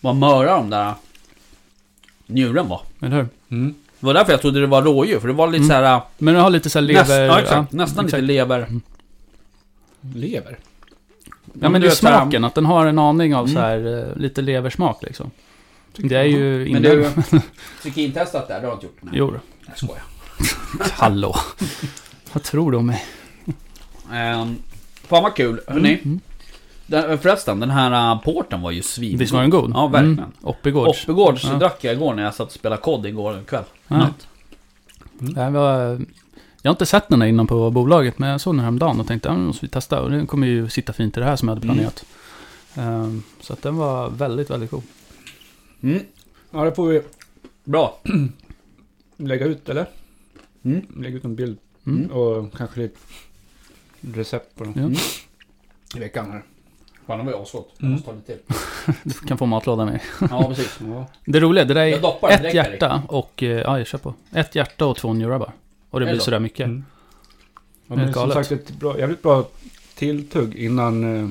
A: Vad möra de där njuren var.
D: Eller hur?
C: Mm.
A: Det var därför jag trodde det var rådjur, för det var lite
D: Mm.
A: så här...
D: Men den har lite såhär
A: näst,
D: lever...
A: ja, exakt, nästan
D: exakt.
A: lite lever.
C: Lever.
D: Ja men det
A: du
D: är
A: vet, så här-
D: smaken, att den har en aning av
A: Mm.
D: så här eh, lite leversmak liksom. Det är ju
A: Men
D: innan...
A: du, [LAUGHS] psykintestat där, det har du inte gjort? Nej,
D: Jo då.
A: jag skojar.
D: [LAUGHS] Hallå. [LAUGHS] Vad tror du om mig?
A: Um, fan vad kul, hörni.
D: Mm.
A: Den, eh, förresten, den här uh, porten var ju svin.
D: Visst var den god?
A: Ja, verkligen.
D: Mm. Oppigårds.
A: Oppegårds
D: Ja.
A: drack jag igår när jag satt och spelade kod igår kväll.
D: Ja. Mm.
A: Natt.
D: Det här var... Jag har inte sett den här innan på bolaget, men jag såg den häromdagen och tänkte att den måste vi testa. Och den kommer ju sitta fint i det här som jag hade
A: Mm.
D: planerat. Ehm, så att den var väldigt, väldigt god.
A: Mm,
C: Ja, det får vi
A: bra.
C: lägga ut eller?
A: Mm.
C: Lägga ut en bild
D: Mm.
C: och kanske lite recept på den.
D: Ja.
C: I veckan här.
A: Fan, det var ju asgott.
C: Mm.
A: ta lite
D: [LAUGHS]
A: till.
D: Du kan få matlådan med.
A: Ja, precis.
C: Ja.
D: Det roliga, det där
A: Jag
D: är
A: doppar den
D: ett
A: direkt, Erik.
D: hjärta och... eh, Ja, jag kör på. Ett hjärta och två njurar bara. Och det
A: Är
D: blir
A: det så?
D: sådär mycket.
C: Mm. Ja,
D: Det är
C: men Eh, som
D: galet.
C: sagt ett bra, jävligt bra tilltugg innan eh,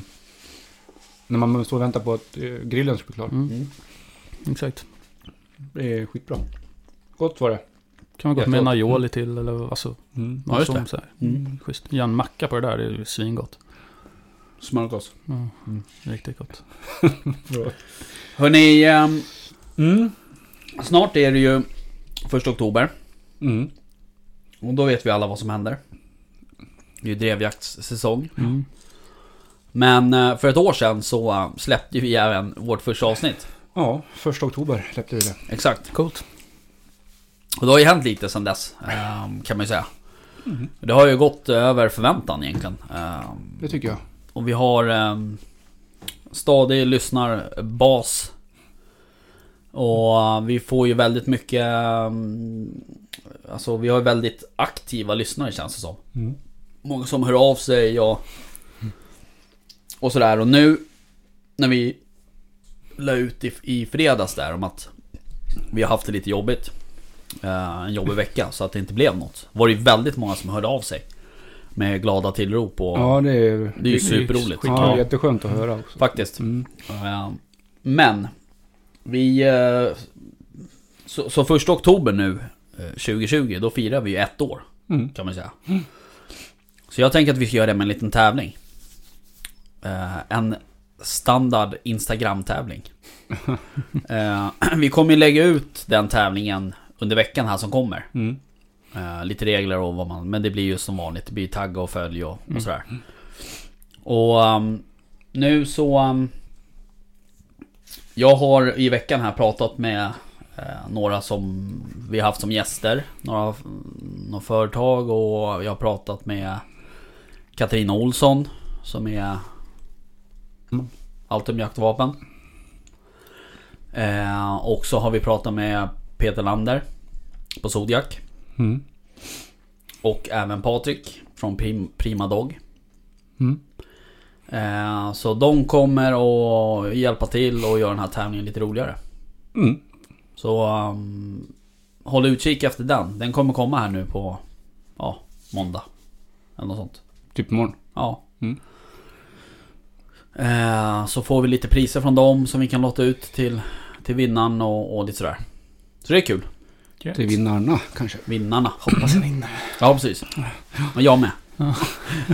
C: när man står och väntar på att eh, grillen ska bli klar.
D: Mm.
A: Mm.
D: Exakt.
C: Det är skitbra. Gott var det.
D: Kan man gå
A: Jättegott.
D: med en aioli till eller alltså,
C: Mm.
A: Ja, just
D: som
A: det.
D: Så här.
A: Mm.
D: Schysst. Gör en macka på det där, det är ju svingott.
A: Smörgås.
D: Ja,
A: Mm.
D: Riktigt gott.
C: Bra.
A: Hörni, ehm,
C: Mm.
A: snart är det ju första oktober.
C: Mm.
A: Och då vet vi alla vad som händer. Det är ju drevjaktssäsong.
D: Mm.
A: Men eh, för ett år sedan så eh, släppte vi även vårt första avsnitt.
C: Ja, första oktober släppte vi det.
A: Exakt.
D: Coolt.
A: Och det har ju hänt lite sedan dess, ehm, kan man ju säga. Det har ju gått över förväntan egentligen. Ehm,
C: Det tycker jag.
A: Och vi har ehm, stadig lyssnarbas. Och ehm, vi får ju väldigt mycket... ehm, Alltså vi har ju väldigt aktiva lyssnare känns det som.
C: Mm.
A: Många som hör av sig och... Och sådär. Och nu när vi la ut i, i fredags där om att vi har haft det lite jobbigt. eh, En jobbig vecka så att det inte blev något. Var det ju väldigt många som hörde av sig. Med glada tillrop och...
C: Ja, det
A: Det
C: är,
A: är ju
D: Det är ju
A: superroligt.
C: ja, det är
A: Ja,
C: jätteskönt att höra också.
A: faktiskt.
C: Mm.
A: Eh, Men vi... eh, Så, så första oktober nu eh, 2020, då firar vi ju ett år
C: Mm.
A: kan man säga. Så jag tänker att vi ska göra det med en liten tävling. Eh, En standard
C: [LAUGHS]
A: Instagram-tävling. Eh, Vi kommer ju lägga ut den tävlingen under veckan här som kommer.
C: Mm.
A: Eh, lite regler och vad man... Men det blir ju som vanligt. Det blir tagga och följ och,
C: Mm.
A: och sådär. Och ehm, nu så... ehm, jag har i veckan här pratat med eh, några som vi har haft som gäster. Några, några företag och jag har pratat med Katarina Olsson som är allt om jaktvapen. Eh, och så har vi pratat med Peter Lander på Zodiac.
C: Mm.
A: Och även Patrik från Prim- Prima Dog.
C: Mm.
A: Eh, så de kommer att hjälpa till och göra den här tävlingen lite roligare.
C: Mm.
A: Så um, håll utkik efter den. Den kommer komma här nu på ja, måndag. Eller något sånt.
C: Typ imorgon.
A: Ja.
C: Mm.
A: Eh, så får vi lite priser från dem som vi kan låta ut till, till vinnaren och, och lite sådär. Så det är kul.
C: Till vinnarna kanske.
A: Vinnarna.
B: Hoppas den vinner.
A: Ja, precis. Och jag med.
B: Ja.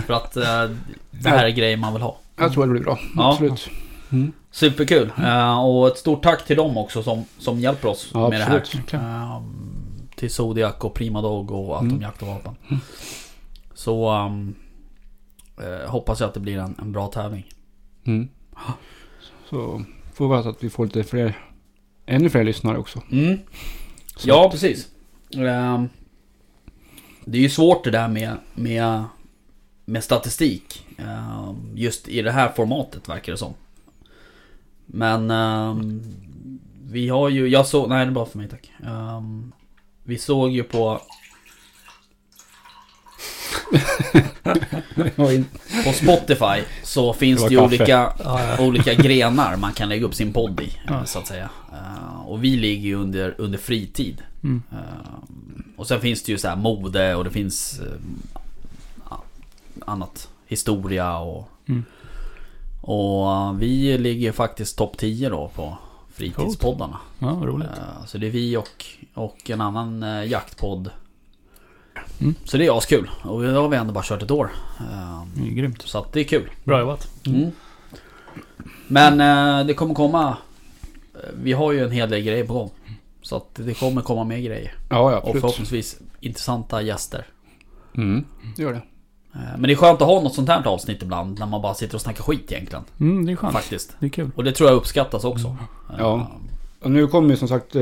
A: För att eh, det här är grejer man vill ha.
C: Jag tror det blir bra.
A: Ja.
C: Absolut. Mm.
A: Superkul. Eh, och ett stort tack till dem också som, som hjälper oss
C: Ja,
A: med
C: absolut.
A: det här. Eh, till Zodiac och Primadog och allt om
C: Mm.
A: jakt och vapen. Så ehm, eh, hoppas jag att det blir en, en bra tävling.
C: Mm. Så får vi hoppas att vi får lite fler, ännu fler lyssnare också.
A: Mm.
C: Så
A: Ja, precis. Ehm, Det är ju svårt det där med, med, med statistik. ehm, Just i det här formatet verkar det som. Men ehm, vi har ju, jag såg, nej det är bra för mig tack. Ehm, Vi såg
B: [LAUGHS]
A: ju på,
C: Ja, in-
A: på Spotify så finns
C: Det
A: det,
C: var
A: ju
C: kaffe.
A: olika,
B: Ja, ja.
A: olika grenar man kan lägga upp sin podd i.
B: Ja.
A: Så att säga. Ehm, Och vi ligger ju under, under fritid.
B: Mm.
A: Ehm, Och sen finns det ju så här mode och det finns ehm, ja, annat. Historia och...
B: Mm.
A: Och eh, vi ligger faktiskt topp 10 då på fritidspoddarna.
B: Ja, vad roligt.
A: Ehm, Så det är vi och, och en annan eh, jaktpodd.
B: Mm.
A: Så det är askul. Och det har vi ändå bara kört ett år. Ehm,
B: Det är grymt.
A: Så att det är kul.
B: Bra jobbat.
A: Mm. Men eh, det kommer komma... eh, Vi har ju en hel del grejer på gång. Så att det kommer komma mer grejer.
C: ja, ja,
A: Och
C: absolut.
A: förhoppningsvis intressanta gäster.
C: Mm. Gör det.
A: Eh, Men det är skönt att ha något sånt här avsnitt ibland när man bara sitter och snackar skit egentligen.
B: Mm, det är skönt.
A: Faktiskt.
B: Det är kul.
A: Och det tror jag uppskattas också.
C: Ja.
A: Eh,
C: Och nu kommer ju som sagt eh,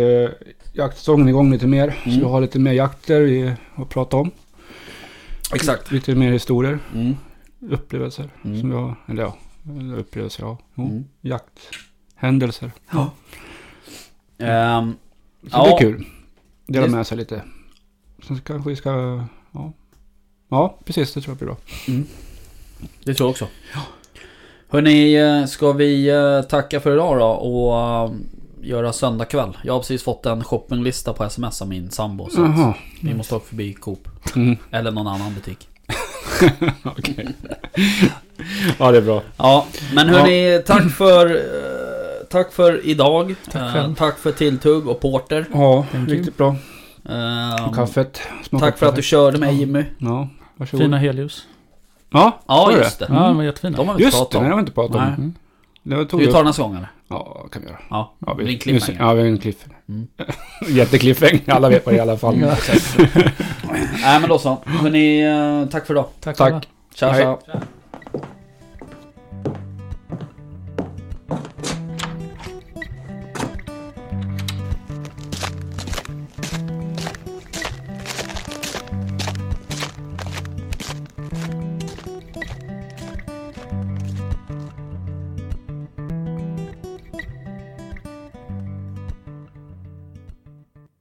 C: jaktsäsongen igång lite mer.
A: Mm.
C: Så vi har lite mer jakter vi att prata om.
A: Exakt.
C: Lite mer historier,
A: Mm.
C: upplevelser.
A: Mm.
C: Som vi har, eller ja, eller upplevelser ja. Jo,
A: Mm.
C: Jakthändelser.
A: Ehm,
C: Så
A: Ja.
C: det är kul. Dela
A: Det-
C: med sig lite. Sen kanske vi ska, ja. Ja, precis. Det tror jag blir bra.
A: det tror jag också. Hörni, eh, ska vi eh, tacka för idag då och eh, göra söndag kväll? Jag har precis fått en shoppinglista på sms av min sambo. Så att
C: Jaha.
A: vi måste åka förbi Coop. [LAUGHS]
C: Mm.
A: Eller någon annan butik.
C: Okej. ja, det är bra.
A: [LAUGHS] Ja, men hörni,
C: [CLEARS THROAT]
A: tack för... eh, Tack för idag.
B: Tack
A: Eh,
B: själv.
A: tack för tilltugg och porter.
C: Ja,
B: Thank you.
C: riktigt bra.
A: Ehm,
C: Och kaffet. Smakar
A: Tack för att du
C: kaffe.
A: körde med Jimmy.
C: Ja, varsågod.
B: Fina helljus.
C: Ja,
A: Ja,
C: var det?
A: just det.
B: Ja, de var jättefina.
A: De har vi inte
C: Just
A: pratat
C: det, det har
A: om.
C: vi inte pratat
A: Nej.
C: om. Mm. Det tog
A: Ska vi
C: vi
A: tar den nästa gång eller?
C: Ja, kan vi göra.
A: Ja.
C: Ja,
A: Det blir en
C: nu ser-
A: cliffhanger.
C: ja, vi har en cliffhanger. [LAUGHS]
A: Mm.
C: Jättecliffhanger, alla vet vad det är i alla fall.
A: Nej men då så. Hörni, eh, tack för idag.
B: Tack.
C: Tack.
B: alla.
A: Tja
C: Hej.
A: tja.